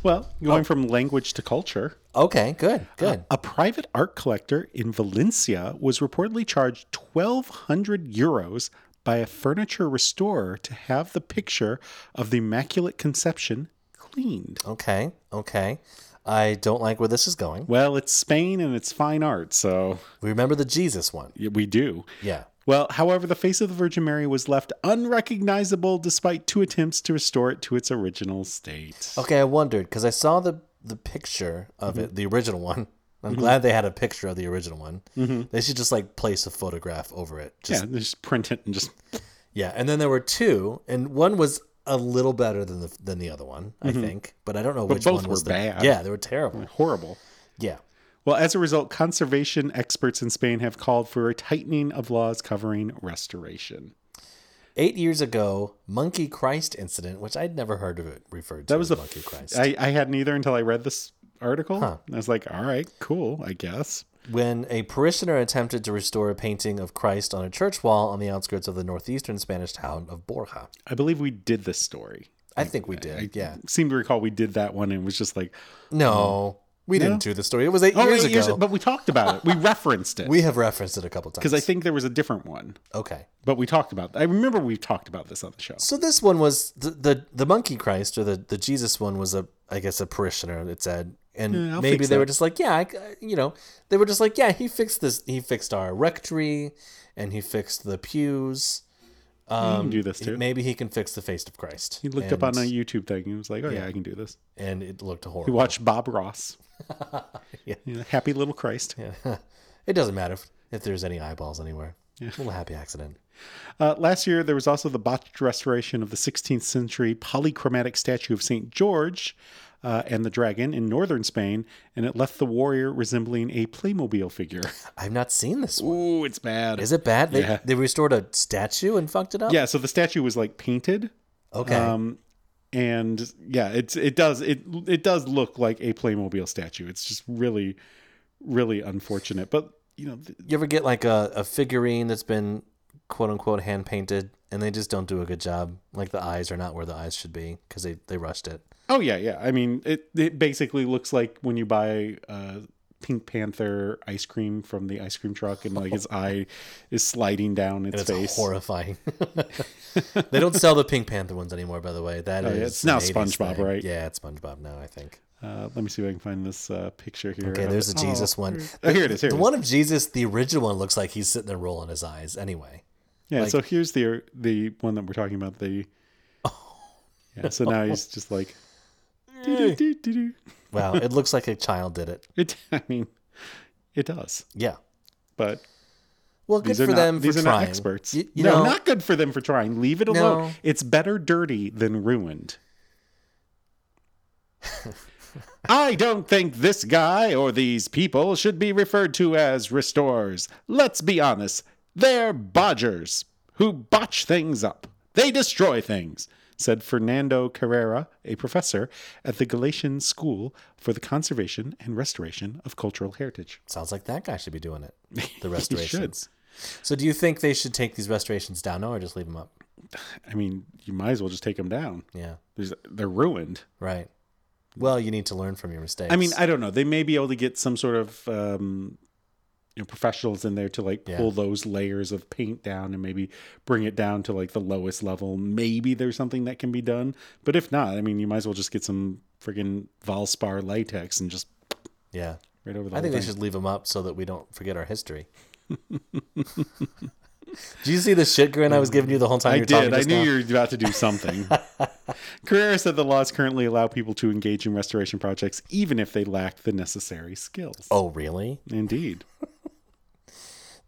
B: Well, going from language to culture.
C: okay, good, good.
B: A private art collector in Valencia was reportedly charged 1,200 euros by a furniture restorer to have the picture of the Immaculate Conception cleaned.
C: Okay, okay. I don't like where this is going.
B: Well, it's Spain and it's fine art, so
C: We remember the Jesus one.
B: y- we do.
C: Yeah.
B: Well, however, the face of the Virgin Mary was left unrecognizable despite two attempts to restore it to its original state.
C: Okay, I wondered because I saw the the picture of
B: Mm-hmm.
C: it, the original one. I'm glad they had a picture of the original one.
B: Mm-hmm.
C: They should just like place a photograph over it. Just,
B: Yeah, just print it and just.
C: yeah. And then there were two, and one was a little better than the than the other one, I think. But I don't know which
B: Mm-hmm. both
C: one was
B: were
C: the,
B: bad.
C: Yeah, they were terrible.
B: Horrible.
C: Yeah.
B: Well, as a result, conservation experts in Spain have called for a tightening of laws covering restoration.
C: Eight years ago, Monkey Christ incident, which I'd never heard of it referred to.
B: That was
C: as
B: the
C: Monkey Christ.
B: I, I hadn't either until I read this article.
C: Huh.
B: And I was like, all right, cool, I guess.
C: When a parishioner attempted to restore a painting of Christ on a church wall on the outskirts of the northeastern Spanish town of Borja.
B: I believe we did this story.
C: I think we did. Yeah.
B: Seem to recall we did that one and it was just like,
C: No, we didn't do the story. It was eight
B: oh,
C: years
B: eight
C: ago.
B: years, but we talked about it. We referenced it.
C: we have referenced it a couple times.
B: Because I think there was a different one,
C: okay,
B: but we talked about I remember we talked about this on the show.
C: so this one was the the, the monkey Christ or the, the Jesus one was a I guess a parishioner. It said, and
B: Yeah, I'll
C: maybe
B: fix
C: they were
B: that.
C: just like, yeah, I, I- you know, they were just like, yeah, he fixed this. He fixed our rectory, and he fixed the pews.
B: you can do this too.
C: Maybe he can fix the face of Christ.
B: he looked
C: Um, and,
B: up on a YouTube thing and was like, oh, yeah, I can do this.
C: and it looked
B: We
C: horrible.
B: watched Bob Ross.
C: Yeah.
B: You know, Happy Little Christ.
C: it doesn't matter if, if there's any eyeballs anywhere. Little happy accident.
B: Uh, last year, there was also the botched restoration of the 16th century polychromatic statue of St. George uh, and the dragon in northern Spain, and it left the warrior resembling a Playmobil figure.
C: I've not seen this one.
B: Ooh, it's bad.
C: Is it bad? They,
B: Yeah.
C: they restored a statue and fucked it up.
B: Yeah, so the statue was like painted.
C: Okay.
B: Um, and yeah, it's it does it it does look like a Playmobil statue. It's just really, really unfortunate. But you know, th-
C: you ever get like a, a figurine that's been quote unquote hand painted and they just don't do a good job? Like the eyes are not where the eyes should be because they, they rushed it.
B: Oh yeah, yeah. I mean, it it basically looks like when you buy uh, Pink Panther ice cream from the ice cream truck, and like his eye is sliding down its,
C: It's
B: face.
C: horrifying. they don't sell the Pink Panther ones anymore, by the way. That is
B: Oh, yeah, it's
C: an
B: now
C: 80s
B: SpongeBob,
C: thing.
B: right?
C: Yeah, it's SpongeBob now, I think.
B: Uh, let me see if I can find this uh, picture here.
C: Okay,
B: of
C: there's
B: it.
C: the Jesus one.
B: Oh, here it is. Here
C: The
B: it is.
C: one of Jesus, the original one, looks like he's sitting there rolling his eyes anyway.
B: Yeah. so here's the the one that we're talking about. The. Yeah. So now he's just like. "Do-do-do-do-do."
C: Wow, it looks like a child did it.
B: It. I mean, it does.
C: Yeah.
B: But
C: Well, good
B: These
C: for
B: are not,
C: them
B: these
C: for
B: are
C: trying.
B: not experts.
C: You, you
B: no,
C: know,
B: not good for them for trying. Leave it alone.
C: No.
B: It's better dirty than ruined. I don't think this guy or these people should be referred to as restorers. Let's be honest. They're bodgers who botch things up. They destroy things, said Fernando Carrera, a professor at the Galatian School for the Conservation and Restoration of Cultural Heritage.
C: sounds like that guy should be doing it. The
B: He should.
C: restorations. So, do you think they should take these restorations down now, or just leave them up?
B: I mean, you might as well just take them down.
C: Yeah,
B: There's, they're ruined.
C: right. Well, you need to learn from your mistakes.
B: I mean, I don't know. They may be able to get some sort of um, you know professionals in there to like
C: Yeah.
B: pull those layers of paint down and maybe bring it down to like the lowest level. Maybe there's something that can be done. But if not, I mean, you might as well just get some friggin' Valspar latex and just
C: yeah,
B: right over the
C: I
B: whole
C: think
B: thing.
C: they should leave them up so that we don't forget our history. Do you see the shit grin I was giving you the whole time you
B: I
C: were talking
B: did. I
C: just
B: knew
C: now?
B: you were about to do something. Carrera said the laws currently allow people to engage in restoration projects even if they lack the necessary skills.
C: Oh, really?
B: Indeed.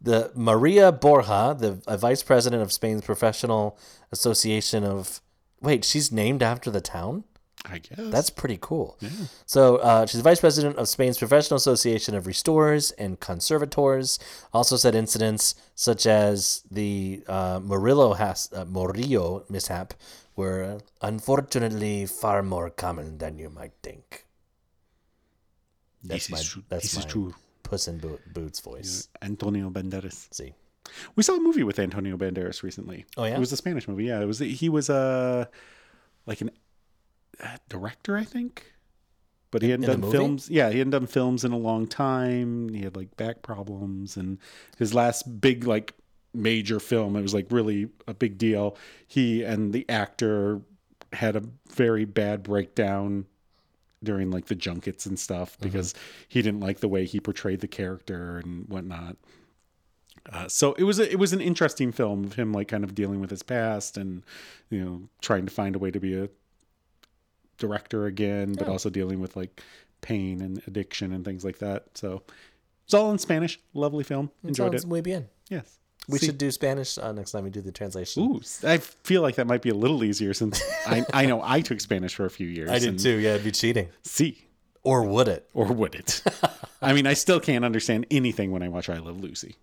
C: The Maria Borja, the uh, vice president of Spain's professional association of. Wait, she's named after the town?
B: I guess.
C: That's pretty cool. So uh, she's vice president of Spain's Professional Association of Restorers and Conservators. Also said incidents such as the uh, Murillo has, uh, Morillo mishap were uh, unfortunately far more common than you might think.
B: this is
C: my-
B: true.
C: that's
B: This is
C: my-
B: true.
C: Puss in Bo- Boots voice.
B: Antonio Banderas.
C: See,
B: We saw a movie with Antonio Banderas recently.
C: Oh, yeah?
B: It was a Spanish movie. Yeah, it was. He was a like an uh, director, I think. But he hadn't
C: in a
B: done
C: movie?
B: films. Yeah, he hadn't done films in a long time. He had like back problems, and his last big like major film. It was like really a big deal. He and the actor had a very bad breakdown during like the junkets and stuff
C: Mm-hmm.
B: because he didn't like the way he portrayed the character and whatnot. Uh, so it was a, it was an interesting film of him like kind of dealing with his past and you know trying to find a way to be a director again, but also dealing with like pain and addiction and things like that. So it's all in Spanish. Lovely film. Enjoyed
C: sounds
B: it.
C: muy bien.
B: Yes.
C: We
B: See-
C: should do Spanish uh, next time we do the translation.
B: Ooh, I feel like that might be a little easier since I, I know I took Spanish for a few years.
C: I did
B: and-
C: too. Yeah, it'd be cheating.
B: See,
C: Or would it?
B: or would it? I mean, I still can't understand anything when I watch I Love Lucy.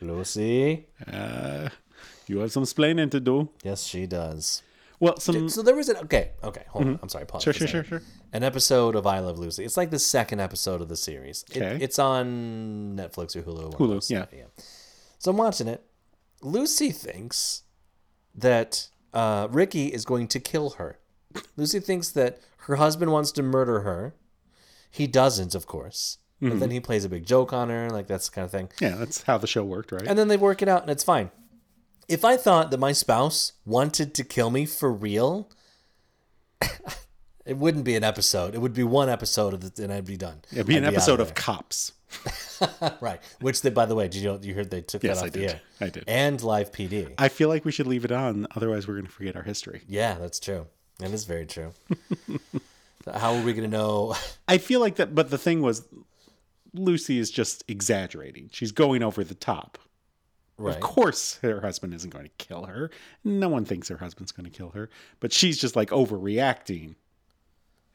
C: Lucy?
B: Uh, you have some explaining to do.
C: Yes, she does.
B: Well, some.
C: So there was an okay, okay. Hold on. I'm sorry. Pause.
B: Sure,
C: for a
B: sure, sure,
C: second.
B: sure.
C: An episode of I Love Lucy. It's like the second episode of the series. It-
B: Okay.
C: it's on Netflix or Hulu. Or
B: Hulu, yeah.
C: So I'm watching it. Lucy thinks that uh, Ricky is going to kill her. Lucy thinks that her husband wants to murder her. He doesn't, of course. But then he plays a big joke on her, like that's the kind of thing.
B: Yeah, that's how the show worked, right?
C: And then they work it out and it's fine. If I thought that my spouse wanted to kill me for real, it wouldn't be an episode. It would be one episode of the, and I'd be done.
B: It'd be
C: I'd
B: an
C: out
B: episode of
C: there.
B: Cops.
C: right. Which they, by the way, did you know, you heard they took that
B: Yes,
C: off
B: I
C: the
B: did.
C: air.
B: I did.
C: And live PD.
B: I feel like we should leave it on, otherwise we're going to forget our history.
C: yeah, that's true. That is very true. So How are we going to know?
B: I feel like that, but the thing was, Lucy is just exaggerating. She's going over the top.
C: Right.
B: Of course, her husband isn't going to kill her. No one thinks her husband's going to kill her, but she's just like overreacting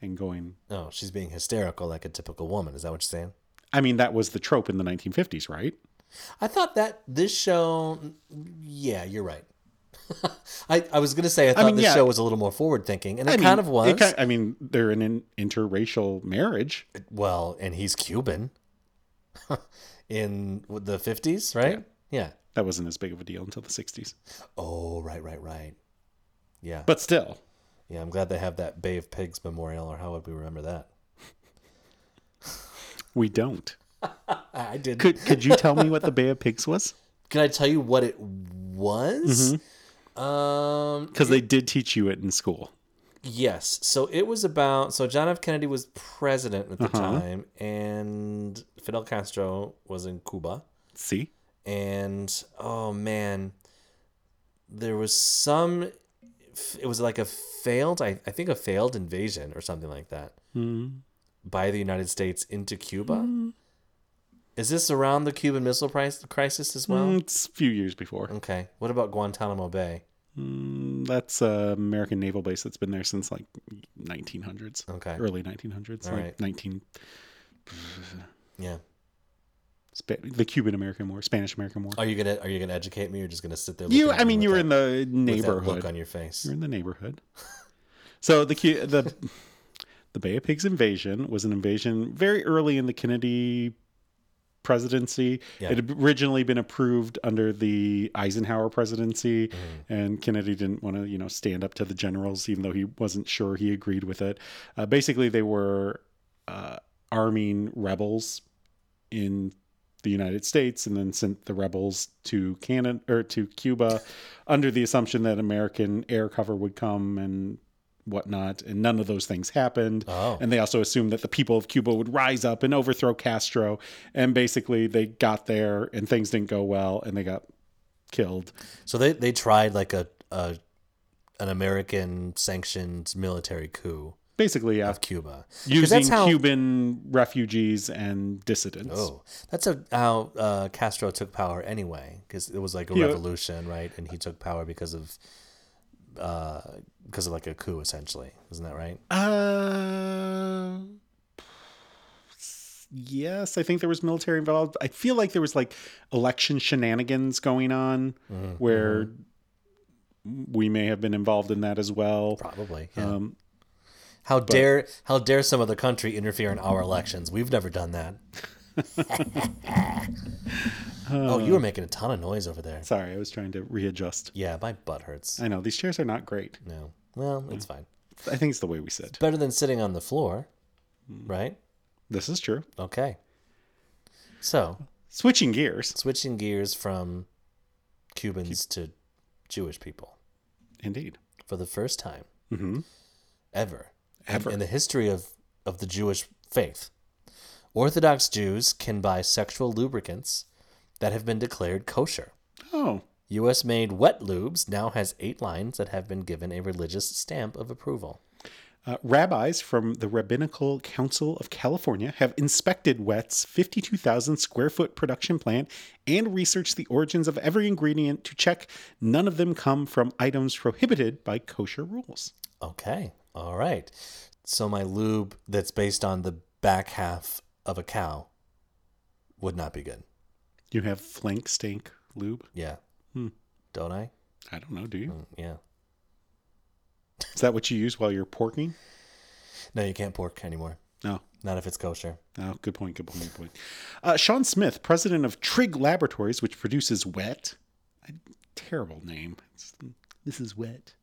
B: and going.
C: No, she's being hysterical like a typical woman. Is that what you're saying?
B: I mean, that was the trope in the 1950s, right?
C: I thought that this show, yeah, you're right. I, I was gonna say I thought
B: mean,
C: this
B: yeah.
C: show was a little more forward thinking, and it
B: I
C: kind
B: mean,
C: of was.
B: it kind- I mean, they're in an interracial marriage.
C: well, and he's Cuban in the fifties, right? Yeah.
B: That wasn't as big of a deal until the 60s,
C: Oh, right, right, right. Yeah,
B: but still.
C: yeah. I'm glad they have that Bay of Pigs memorial, or how would we remember that?
B: We don't.
C: I, I did. Could,
B: Could could you tell me what the Bay of Pigs was?
C: I tell you what it was? Um,
B: Because they did teach you it in school.
C: Yes. So it was about so John F. Kennedy was president at the
B: Uh-huh.
C: time, and Fidel Castro was in Cuba,
B: See,
C: and oh man, there was some. It was like a failed, I, I think, a failed invasion or something like that Mm,
B: Mm,
C: by the United States into Cuba. Is this around the Cuban Missile Price Crisis as well?
B: Mm, it's a few years before.
C: Okay. What about Guantanamo Bay?
B: Mm, that's a American naval base that's been there since like 1900s.
C: Okay.
B: Early 1900s.
C: All
B: like
C: right.
B: 19
C: Yeah.
B: Spa- the Cuban American War, Spanish American War.
C: Are you gonna Are you gonna educate me, or just gonna sit there?
B: you,
C: Oh, looking at
B: I mean,
C: with
B: you were
C: that-
B: in the
C: with that look
B: neighborhood.
C: on your face.
B: You're in the neighborhood. So the Cu- the the Bay of Pigs invasion was an invasion very early in the Kennedy presidency.
C: Yeah.
B: It had originally been approved under the Eisenhower presidency,
C: Mm-hmm.
B: and Kennedy didn't want to, you know, stand up to the generals, even though he wasn't sure he agreed with it. Uh, basically, they were uh, arming rebels in the United States and then sent the rebels to Canada or to Cuba under the assumption that American air cover would come and whatnot, and none of those things happened.
C: Oh.
B: And they also assumed that the people of Cuba would rise up and overthrow Castro. And basically, they got there, and things didn't go well, and they got killed.
C: So they, they tried like a, a an American sanctioned military coup
B: Basically, yeah,
C: of Cuba. 'Cause
B: using
C: that's how,
B: Cuban refugees and dissidents.
C: Oh, that's a, how uh, Castro took power anyway, because it was like a
B: Yeah.
C: revolution, right? And he took power because of uh, because of like a coup, essentially. Isn't that right?
B: Uh, yes, I think there was military involved. I feel like there was like election shenanigans going on where we may have been involved in that as well.
C: Probably. Yeah.
B: Um,
C: how dare how dare some other country interfere in our elections? We've never done that. oh,
B: Uh,
C: you were making a ton of noise over there.
B: sorry, I was trying to readjust.
C: Yeah, my butt hurts.
B: I know these chairs are not great.
C: No, well, it's fine.
B: I think it's the way we sit.
C: Better than sitting on the floor, right?
B: This is true.
C: Okay. So,
B: Switching gears,
C: switching gears from Cubans to Jewish people
B: indeed.
C: for the first time
B: hmm
C: ever, in-
B: Ever.
C: in the history of, of the Jewish faith. Orthodox Jews can buy sexual lubricants that have been declared kosher.
B: Oh,
C: U.S. made wet lubes now has eight lines that have been given a religious stamp of approval.
B: Uh, rabbis from the Rabbinical Council of California have inspected WET's 52,000 square foot production plant and researched the origins of every ingredient to check none of them come from items prohibited by kosher rules.
C: Okay. All right. So my lube that's based on the back half of a cow would not be good.
B: You have flank stink lube?
C: Yeah.
B: Hmm.
C: Don't I?
B: I don't know, do you?
C: Mm, yeah.
B: Is that what you use while you're porking?
C: No, you can't pork anymore.
B: No.
C: Not if it's kosher.
B: Oh, good point, good point, good point. Uh, Sean Smith, president of Trig Laboratories, which produces WET. A terrible name. It's- this is WET.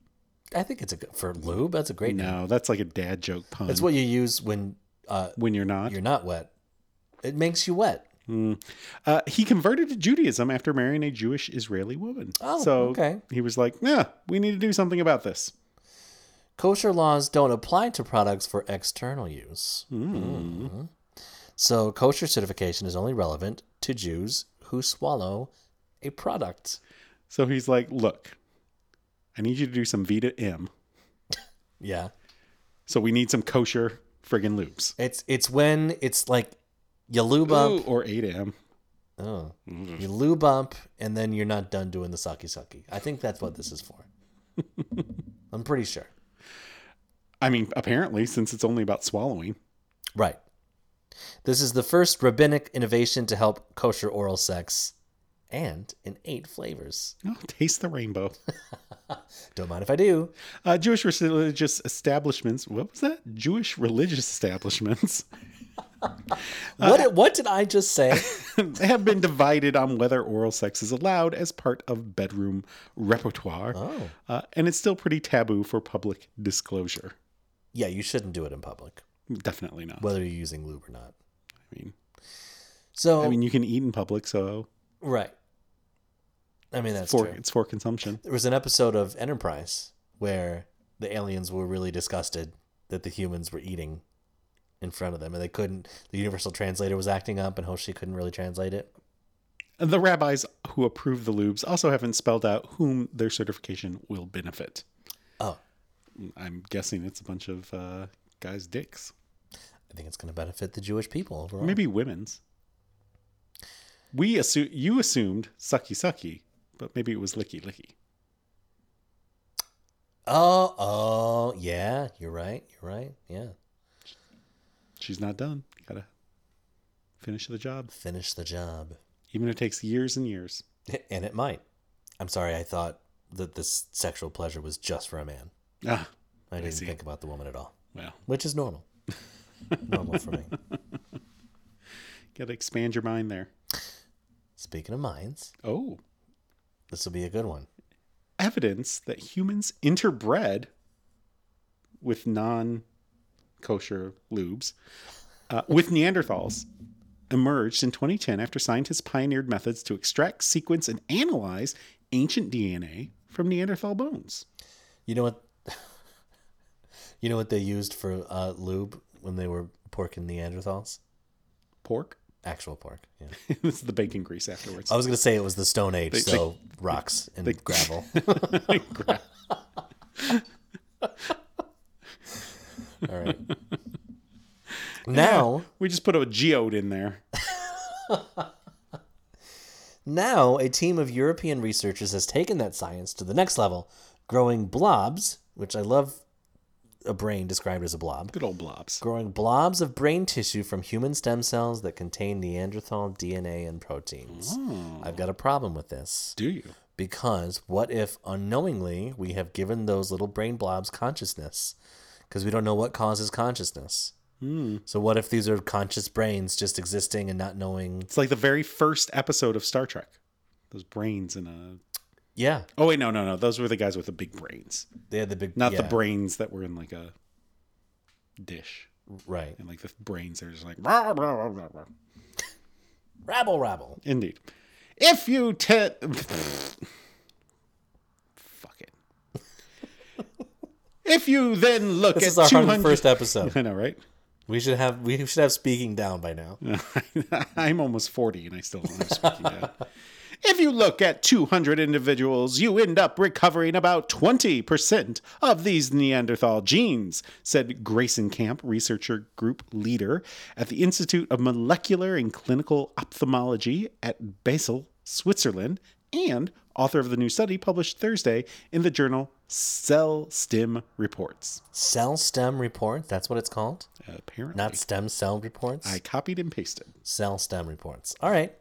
C: I think it's a good for lube. That's a great name.
B: No, that's like a dad joke pun.
C: That's what you use when uh,
B: when you're not.
C: you're not wet. It makes you wet.
B: Uh, he converted to Judaism after marrying a Jewish Israeli woman.
C: Oh,
B: so
C: okay.
B: He was like, "Yeah, we need to do something about this."
C: Kosher laws don't apply to products for external use.
B: Hmm.
C: Mhm. So kosher certification is only relevant to Jews who swallow a product.
B: So he's like, "Look, I need you to do some Vita M.
C: Yeah.
B: So we need some kosher friggin' lubes
C: It's it's when it's like you lube up,
B: Ooh, Mm-hmm. or 8 M.
C: oh, you lube up, and then you're not done doing the sucky sucky. I think that's what this is for. I'm pretty sure.
B: I mean, apparently, since it's only about swallowing,
C: Right. This is the first rabbinic innovation to help kosher oral sex, and in eight flavors.
B: oh, taste the rainbow.
C: Don't mind if I do.
B: Uh, Jewish religious establishments. What was that? Jewish religious establishments Uh,
C: What what did I just say?
B: have been divided on whether oral sex is allowed as part of bedroom repertoire.
C: oh,
B: Uh, and it's still pretty taboo for public disclosure.
C: yeah. You shouldn't do it in public,
B: Definitely not.
C: whether you're using lube or not.
B: I mean,
C: So
B: I mean, you can eat in public, so
C: right. I mean that's
B: for
C: true.
B: it's for consumption.
C: there was an episode of Enterprise where the aliens were really disgusted that the humans were eating in front of them and they couldn't the universal translator was acting up and Hoshi couldn't really translate it.
B: And the rabbis who approve the lubes also haven't spelled out whom their certification will benefit.
C: Oh,
B: I'm guessing it's a bunch of uh, guys' dicks,
C: I think it's going to benefit the Jewish people overall.
B: maybe women's. We assume you assumed sucky sucky, but maybe it was licky licky.
C: Oh, oh, yeah, you're right. You're right. Yeah.
B: She's not done. Gotta finish the job,
C: Finish the job.
B: even if it takes years and years.
C: And it might. I'm sorry I thought that this sexual pleasure was just for a man.
B: Ah,
C: I didn't
B: see.
C: think about the woman at all,
B: well,
C: which is normal. normal for me.
B: gotta expand your mind there.
C: Speaking of minds,
B: Oh.
C: this will be a good one.
B: evidence that humans interbred with non kosher lubes uh, with Neanderthals emerged in 2010 after scientists pioneered methods to extract, sequence, and analyze ancient DNA from Neanderthal bones.
C: You know what? You know what they used for uh, lube when they were porking Neanderthals?
B: Pork.
C: Actual pork. Yeah.
B: it's the bacon grease afterwards.
C: I was gonna say it was the Stone Age, so rocks and gravel.
B: Gra-
C: All right. Now,
B: we just put a geode in there.
C: now a team of European researchers has taken that science to the next level, growing blobs, which I love a brain described as a blob.
B: Good old blobs.
C: growing blobs of brain tissue from human stem cells that contain Neanderthal DNA and proteins. I've got a problem with this
B: Do you?
C: because what if unknowingly we have given those little brain blobs consciousness? Because we don't know what causes consciousness.
B: Hmm.
C: So, what if these are conscious brains just existing and not knowing?
B: It's like the very first episode of Star Trek. Those brains in a.
C: Yeah,
B: Oh wait, no, no, no. Those were the guys with the big brains,
C: they had the big.
B: not the
C: yeah,
B: brains that were in like a dish.
C: Right.
B: And like the brains, they're just like. "Rah, rah, rah, rah, rah."
C: Rabble, rabble.
B: Indeed. If you te- fuck it. If you then look
C: This
B: at
C: is our
B: 200
C: 101st episode.
B: I know, right?
C: We should have we should have speaking down by now.
B: I'm almost 40 and I still don't have speaking yet. If you look at 200 individuals, you end up recovering about 20% of these Neanderthal genes, said Grayson Camp, researcher group leader at the Institute of Molecular and Clinical Ophthalmology at Basel, Switzerland, and author of the new study published Thursday in the journal Cell Stim Reports.
C: Cell stem report. That's what it's called.
B: Apparently,
C: Not stem cell reports.
B: I copied and pasted.
C: Cell stem reports. All right.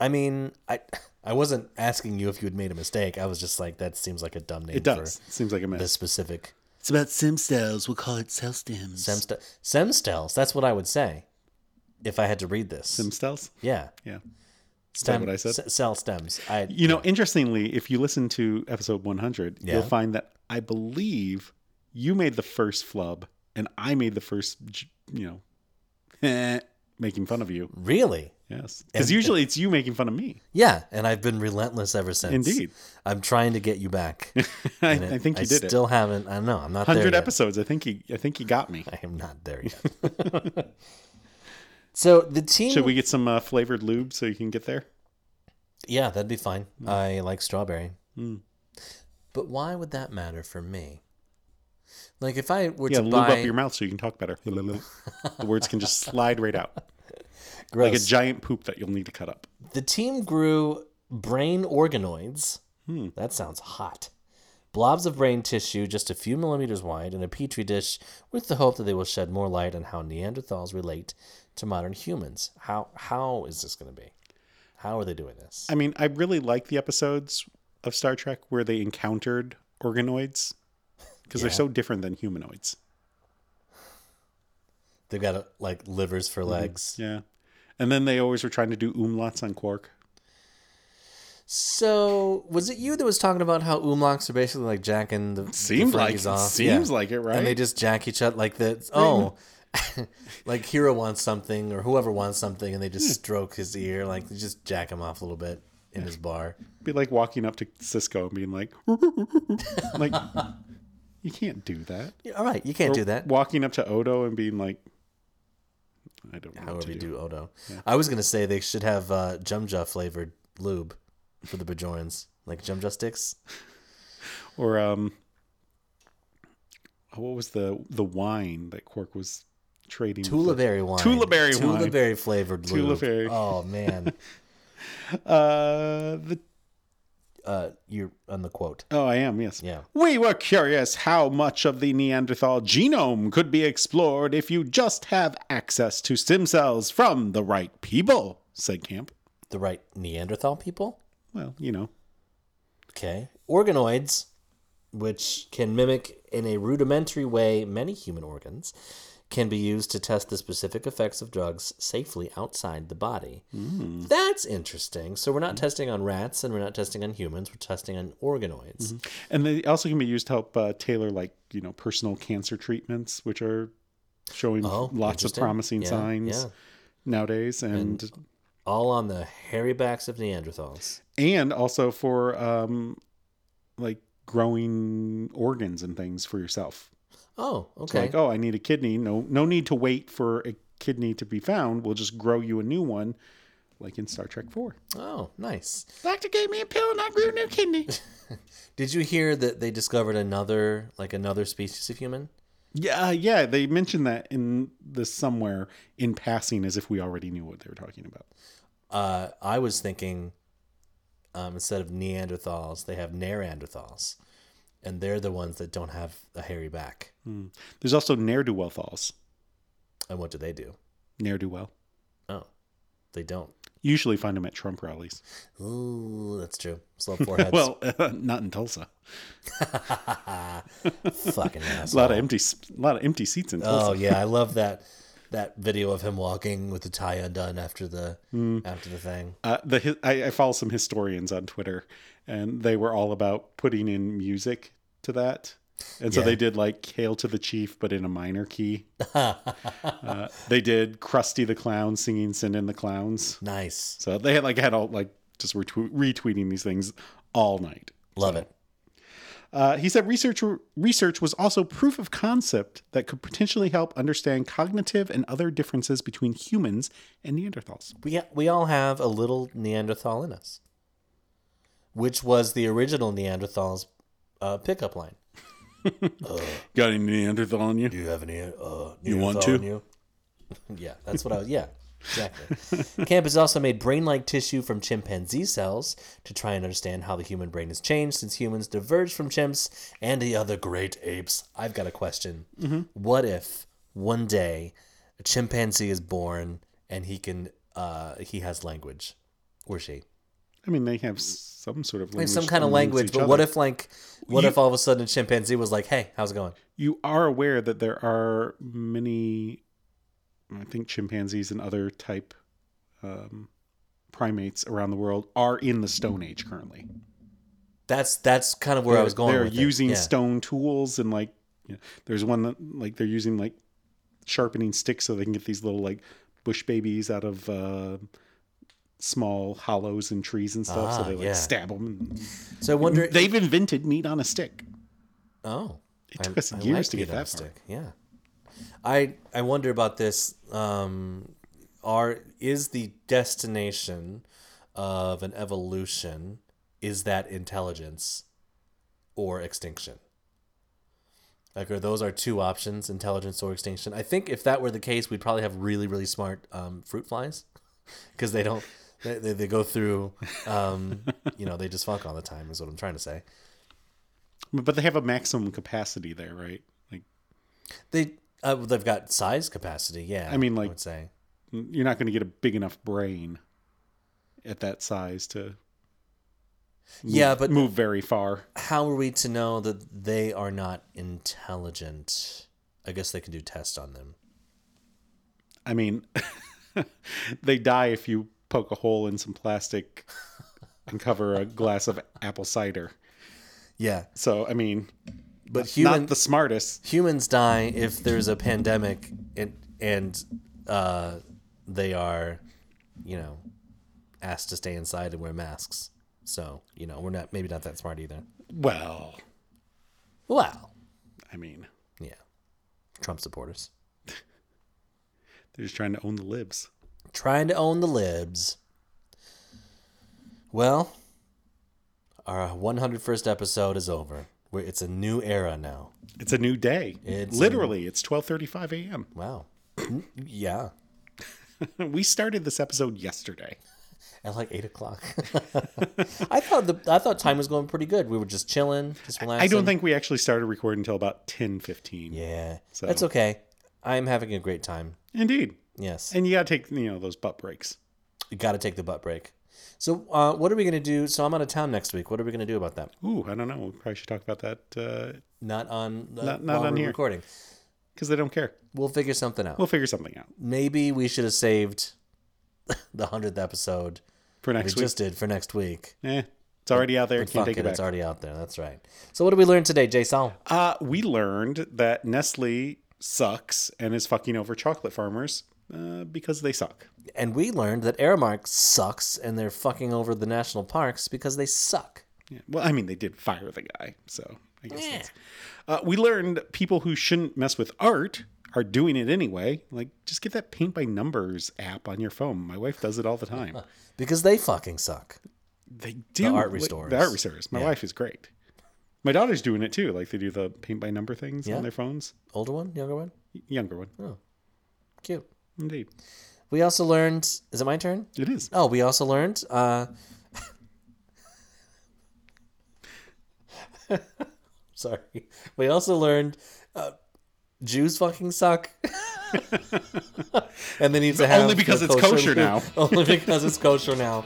C: I mean, I I wasn't asking you if you had made a mistake. I was just like, that seems like a dumb name
B: It does. Seems like a
C: for this
B: mess.
C: specific
B: It's about sim cells. We'll call it cell stims.
C: stem st- stem cells. That's what I would say if I had to read this.
B: Stem cells?
C: yeah,
B: Yeah.
C: stem.
B: what I said?
C: s- cell stems. I
B: You know, interestingly, if you listen to episode 100,
C: Yeah.
B: you'll find that I believe you made the first flub and I made the first, j- you know, making fun of you.
C: really.
B: Yes. Because usually it's you making fun of me.
C: Yeah, and I've been relentless ever since.
B: Indeed.
C: I'm trying to get you back.
B: I,
C: and
B: I think you
C: I
B: did
C: Still
B: it.
C: haven't. I know. I'm not there.
B: 100
C: yet.
B: episodes. I think you I think you got me.
C: I am not there yet. so the team.
B: Should we get some uh, flavored lube so you can get there?
C: Yeah, that'd be fine.
B: Hmm.
C: I like strawberry. But why would that matter for me? Like if I were
B: Yeah,
C: to
B: lube
C: buy
B: up your mouth so you can talk better. the words can just slide right out.
C: Gross.
B: Like a giant poop that you'll need to cut up.
C: the team grew brain organoids.
B: Hmm.
C: That sounds hot. Blobs of brain tissue just a few millimeters wide in a petri dish with the hope that they will shed more light on how Neanderthals relate to modern humans. How how is this going to be? How are they doing this?
B: I mean, I really like the episodes of Star Trek where they encountered organoids because they're so different than humanoids.
C: They've got like livers
B: Hmm.
C: for legs.
B: Yeah. And then they always were trying to do umlauts on Quark.
C: So was it you that was talking about how umlocks are basically like jacking the
B: Seems
C: the
B: like
C: Fergies off?
B: seems
C: Yeah.
B: like it, right?
C: and they just jack each other like the oh, like Hero wants something or whoever wants something, and they just stroke his ear like they just jack him off a little bit in his bar.
B: be like walking up to Cisco and being like, like, you can't do that.
C: Yeah, all right, you can't do that.
B: Walking up to Odo and being like, I don't know. What
C: However
B: to
C: you
B: do.
C: do Odo, I was gonna say they should have uh, Jumja flavored lube for the Bajorans, like Jumja sticks.
B: Or um, oh, what was the the wine that Quark was trading? with the-
C: Tulaberry wine.
B: Tulaberry wine.
C: Tulaberry flavored lube.
B: Tulaberry.
C: Oh man,
B: Uh, the
C: uh, you're on the quote.
B: Oh, I am, yes.
C: Yeah.
B: We were curious how much of the Neanderthal genome could be explored if you just have access to stem cells from the right people, said Camp.
C: the right Neanderthal people.
B: Well, you know,
C: Okay. Organoids, which can mimic in a rudimentary way many human organs, can be used to test the specific effects of drugs safely outside the body.
B: hmm.
C: That's interesting. So we're not testing on rats and we're not testing on humans, we're testing on organoids.
B: and they also can be used to help uh, tailor, like, you know, personal cancer treatments, which are showing
C: Oh,
B: lots of
C: interesting.
B: promising
C: Yeah,
B: signs
C: yeah.
B: nowadays, and, and
C: All on the hairy backs of Neanderthals.
B: also for um, like growing organs and things for yourself.
C: Oh, okay.
B: Like, oh, I need a kidney. No, no need to wait for a kidney to be found. We'll just grow you a new one, like in Star Trek Four.
C: oh, nice.
B: Doctor gave me a pill and I grew a new kidney.
C: Did you hear that they discovered another like another species of human?
B: yeah, uh, yeah. They mentioned that in the somewhere in passing, as if we already knew what they were talking about.
C: Uh, I was thinking um, instead of Neanderthals, they have Neanderthals, and they're the ones that don't have a hairy back.
B: Hmm. There's also ne'er do well thals.
C: And what do they do?
B: Ne'er do well.
C: Oh, they don't.
B: Usually find them at Trump rallies.
C: Ooh, that's true. Slow foreheads.
B: Well, not in Tulsa.
C: fucking
B: A
C: asshole.
B: lot of empty, a lot of empty seats in Tulsa.
C: Oh yeah, I love that that video of him walking with the tie undone after the
B: Hmm.
C: after the thing.
B: uh, the hi- I, I follow some historians on Twitter, and they were all about putting in music to that. And so
C: Yeah.
B: they did like "Hail to the Chief," but in a minor key. uh, they did Krusty the Clown singing "Send in the Clowns."
C: Nice,
B: So they had like had all like just retwe- retweeting these things all night.
C: love it.
B: Uh, he said research research was also proof of concept that could potentially help understand cognitive and other differences between humans and Neanderthals.
C: We we all have a little Neanderthal in us, which was the original Neanderthal's uh, pickup line.
B: Got any Neanderthal in you?
C: Do you have any? Uh,
B: You want
C: Neanderthal
B: to?
C: in you? yeah, that's what I was. Yeah, exactly. Camp has also made brain-like tissue from chimpanzee cells to try and understand how the human brain has changed since humans diverged from chimps and the other great apes. I've got a question. What if one day a chimpanzee is born and he can uh, he has language or she?
B: I mean, they have some sort of
C: Like
B: language.
C: Mm. some kind of
B: amongst
C: language,
B: each
C: but what
B: other.
C: if like what if all of a sudden a chimpanzee was like, "Hey, how's it going?"
B: you are aware that there are many, I think, chimpanzees and other type um, primates around the world are in the Stone Age currently.
C: That's that's kind of where I was going.
B: They're
C: with it.
B: using
C: Yeah.
B: stone tools and like, you know, there's one that like they're using like sharpening sticks so they can get these little like bush babies out of. Uh, small hollows and trees and stuff so
C: Ah,
B: they like
C: yeah.
B: stab them
C: So I wonder.
B: they've invented meat on a stick
C: Oh,
B: It took us years to
C: meat
B: get
C: on a
B: that far.
C: Yeah, I I wonder about this. Um, are is the destination of an evolution is that intelligence or extinction? Like, are those our two options, intelligence or extinction? I think if that were the case, we'd probably have really really smart um, fruit flies because they don't. They, they, they go through, um, you know, they just fuck all the time, is what I'm trying to say.
B: but they have a maximum capacity there right like
C: They uh, they've got size capacity. Yeah,
B: I mean, like-
C: I would say
B: you're not going to get a big enough brain at that size to
C: yeah, but
B: move very far.
C: how are we to know that they are not intelligent? I guess they can do tests on them.
B: I mean, they die if you poke a hole in some plastic and cover a glass of apple cider.
C: Yeah,
B: So, I mean,
C: but human
B: not the smartest.
C: humans die if there's a pandemic and and uh, they are, you know, asked to stay inside and wear masks. So you know we're not maybe not that smart either.
B: Well,
C: Wow.
B: I mean,
C: Yeah. Trump supporters
B: they're just trying to own the libs.
C: trying to own the libs. Well, our 101st episode is over. We're, it's a new era now.
B: It's a new day.
C: It's a-
B: Literally, it's 12:35 a.m.
C: Wow. yeah.
B: We started this episode yesterday.
C: At like eight o'clock. I thought the I thought time was going pretty good. We were just chilling, just relaxing.
B: I don't think we actually started recording until about 10:15.
C: Yeah,
B: So-
C: that's okay. I'm having a great time.
B: Indeed.
C: Yes,
B: And you got to take, you know, those butt breaks.
C: you got to take the butt break. So, uh, what are we gonna do? So, I'm out of town next week. What are we gonna do about that?
B: Ooh, I don't know. We probably should talk about that because
C: Not on uh,
B: Not- not
C: while
B: on
C: we're
B: here.
C: recording.
B: they don't care.
C: We'll figure something out.
B: We'll figure something out
C: maybe we should have saved the hundredth episode
B: for next
C: we
B: week.
C: just did for next week.
B: eh, it's already out there.
C: But
B: Can't
C: fuck
B: take
C: it,
B: it,
C: it's
B: back.
C: already out there. That's right. So what did we learn today, Jason?
B: Uh, we learned that Nestle sucks and is fucking over chocolate farmers uh, because they suck.
C: And we learned that Aramark sucks, and they're fucking over the national parks because they suck.
B: Yeah. Well, I mean, they did fire the guy, so I guess that's. Uh, we learned people who shouldn't mess with art are doing it anyway. Like, just get that paint by numbers app on your phone. My wife does it all the time.
C: because they fucking suck.
B: They do
C: art
B: like,
C: restorers.
B: The art restorers. My wife is great. My daughter's doing it too. Like they do the paint by number things
C: Yeah.
B: on their phones.
C: Older one, younger one,
B: Y- Younger one,
C: cute.
B: indeed.
C: We also learned. Is it my turn?
B: It is.
C: Oh, we also learned. Uh, sorry. We also learned uh, Jews fucking suck. and they need to have
B: Only because
C: the
B: it's kosher
C: food.
B: now.
C: Only because it's kosher now.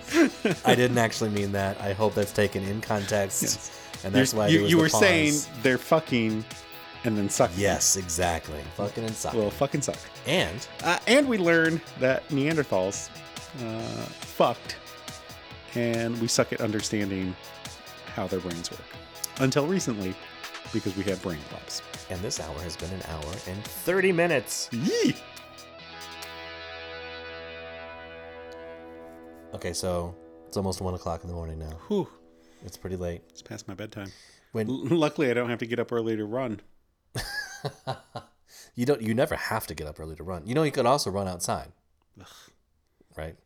C: I didn't actually mean that. I hope that's taken in context, and that's
B: You're-
C: why
B: you,
C: there was
B: you
C: the
B: were
C: pause.
B: saying they're fucking and then suck.
C: Yes, exactly. Fucking and suck.
B: Well, fucking suck.
C: and
B: Uh, and we learned that Neanderthals uh, fucked, and we suck at understanding how their brains work. Until recently, because we had brain blobs.
C: and this hour has been an hour and thirty minutes.
B: Yee!
C: Okay, so it's almost one o'clock in the morning now.
B: Whew,
C: It's pretty late.
B: it's past my bedtime.
C: When
B: L- luckily, I don't have to get up early to run.
C: you don't, you never have to get up early to run. You know, you could also run outside, right?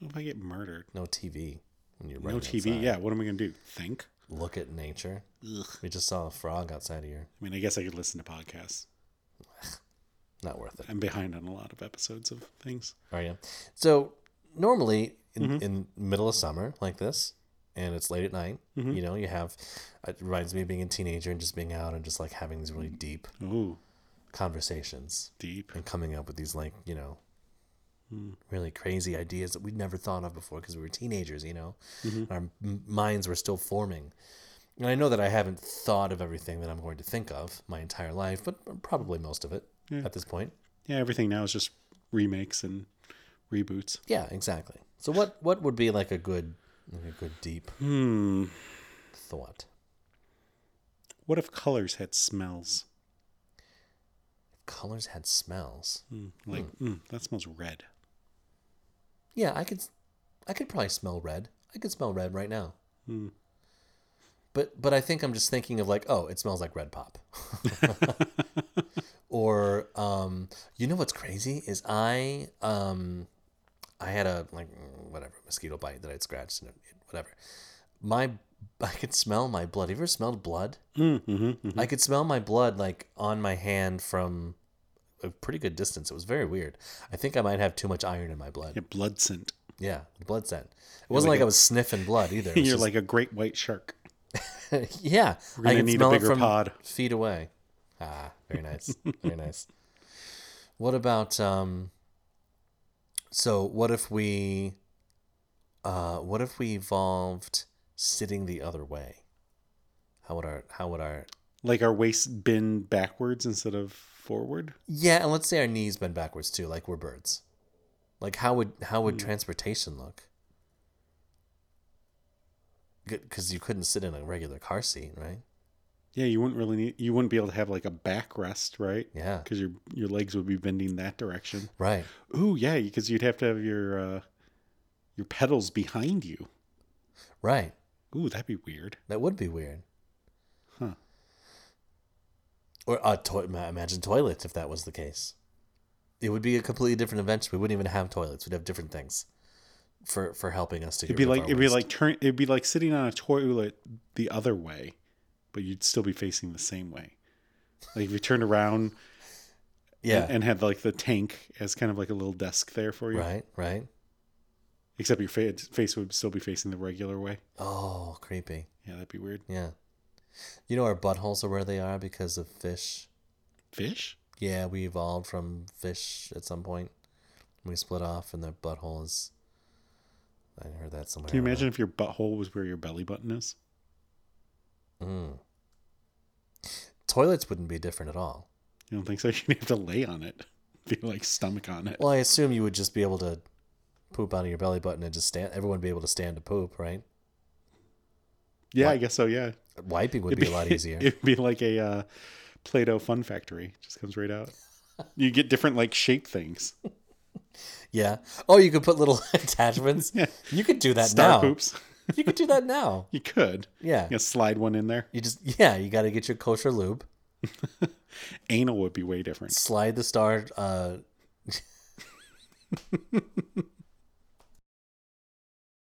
B: What if I get murdered?
C: No TV when you're
B: no
C: running.
B: TV.
C: outside.
B: Yeah, what am I going to do? Think?
C: Look at nature. We just saw a frog outside here.
B: I mean, I guess I could listen to podcasts.
C: Not worth it.
B: I'm behind on a lot of episodes of things.
C: Are you? So normally in, in middle of summer like this, and it's late at night. You know, you have. It reminds me of being a teenager and just being out and just like having these really deep
B: Ooh,
C: conversations.
B: deep.
C: and coming up with these like you know really crazy ideas that we'd never thought of before because we were teenagers you know our m- minds were still forming and i know that i haven't thought of everything that i'm going to think of my entire life but probably most of it at this point
B: Yeah, everything now is just remakes and reboots.
C: yeah exactly so what what would be like a good like a good deep
B: Hmm.
C: thought
B: What if colors had smells?
C: colors had smells
B: Mm, like mm, that smells red.
C: yeah i could s- i could probably smell red i could smell red right now
B: Mm.
C: but but I think I'm just thinking of like, oh, it smells like red pop. or um, you know what's crazy is I um, I had a like whatever mosquito bite that I'd scratched and it, whatever. My I could smell my blood. Have you ever smelled blood?
B: Mm, hmm
C: I could smell my blood like on my hand from a pretty good distance. It was very weird. I think I might have too much iron in my blood.
B: Yeah, blood scent.
C: Yeah, blood scent. It wasn't like I was sniffing blood either. It was
B: You're
C: just-
B: like a great white shark.
C: yeah,
B: We're gonna
C: I can
B: need a
C: smell it
B: bigger
C: from
B: pod.
C: feet away. Ah, very nice, very nice. What about um? So what if we, uh, what if we evolved sitting the other way? How would our how would our
B: Like our waist bend backwards instead of forward.
C: yeah, and let's say our knees bend backwards too, like we're birds. Like how would how
B: Hmm.
C: would transportation look? Because you couldn't sit in a regular car seat, right?
B: Yeah, you wouldn't really need. You wouldn't be able to have like a backrest, right?
C: Yeah,
B: Because your your legs would be bending that direction.
C: right.
B: Ooh, yeah, because you'd have to have your uh, your pedals behind you.
C: Right.
B: Ooh, that'd be weird.
C: That would be weird.
B: Huh.
C: Or a to- ma- imagine toilets if that was the case. It would be a completely different invention. We wouldn't even have toilets. We'd have different things for for helping us to get
B: It'd be
C: rid of
B: like
C: our
B: it'd be
C: waste.
B: like turn. It'd be like sitting on a toilet the other way, but you'd still be facing the same way. Like if you turned around
C: yeah
B: and, and had like the tank as kind of like a little desk there for you.
C: right right
B: Except your fa- face would still be facing the regular way.
C: oh creepy
B: Yeah, that'd be weird.
C: yeah you know our buttholes are where they are because of fish
B: Fish?
C: yeah we evolved from fish at some point we split off and their butthole is I heard that somewhere
B: Can you
C: I don't know.
B: imagine if your butthole was where your belly button is?
C: Mm. Toilets wouldn't be different at all.
B: You don't think so? You'd have to lay on it, be like stomach on it.
C: Well, I assume you would just be able to poop out of your belly button and just stand. Everyone would be able to stand to poop, right?
B: yeah, I guess so. Yeah,
C: Wiping would be, a lot easier.
B: It'd be like a uh, Play-Doh Fun Factory. Just comes right out. You get different like shape things.
C: yeah. Oh, you could put little attachments. You could do that
B: Star
C: now.
B: poops.
C: You could do that now.
B: You could.
C: Yeah.
B: You know, slide one in there.
C: You just yeah, you got to get your kosher lube.
B: Anal would be way different.
C: Slide the star. Uh,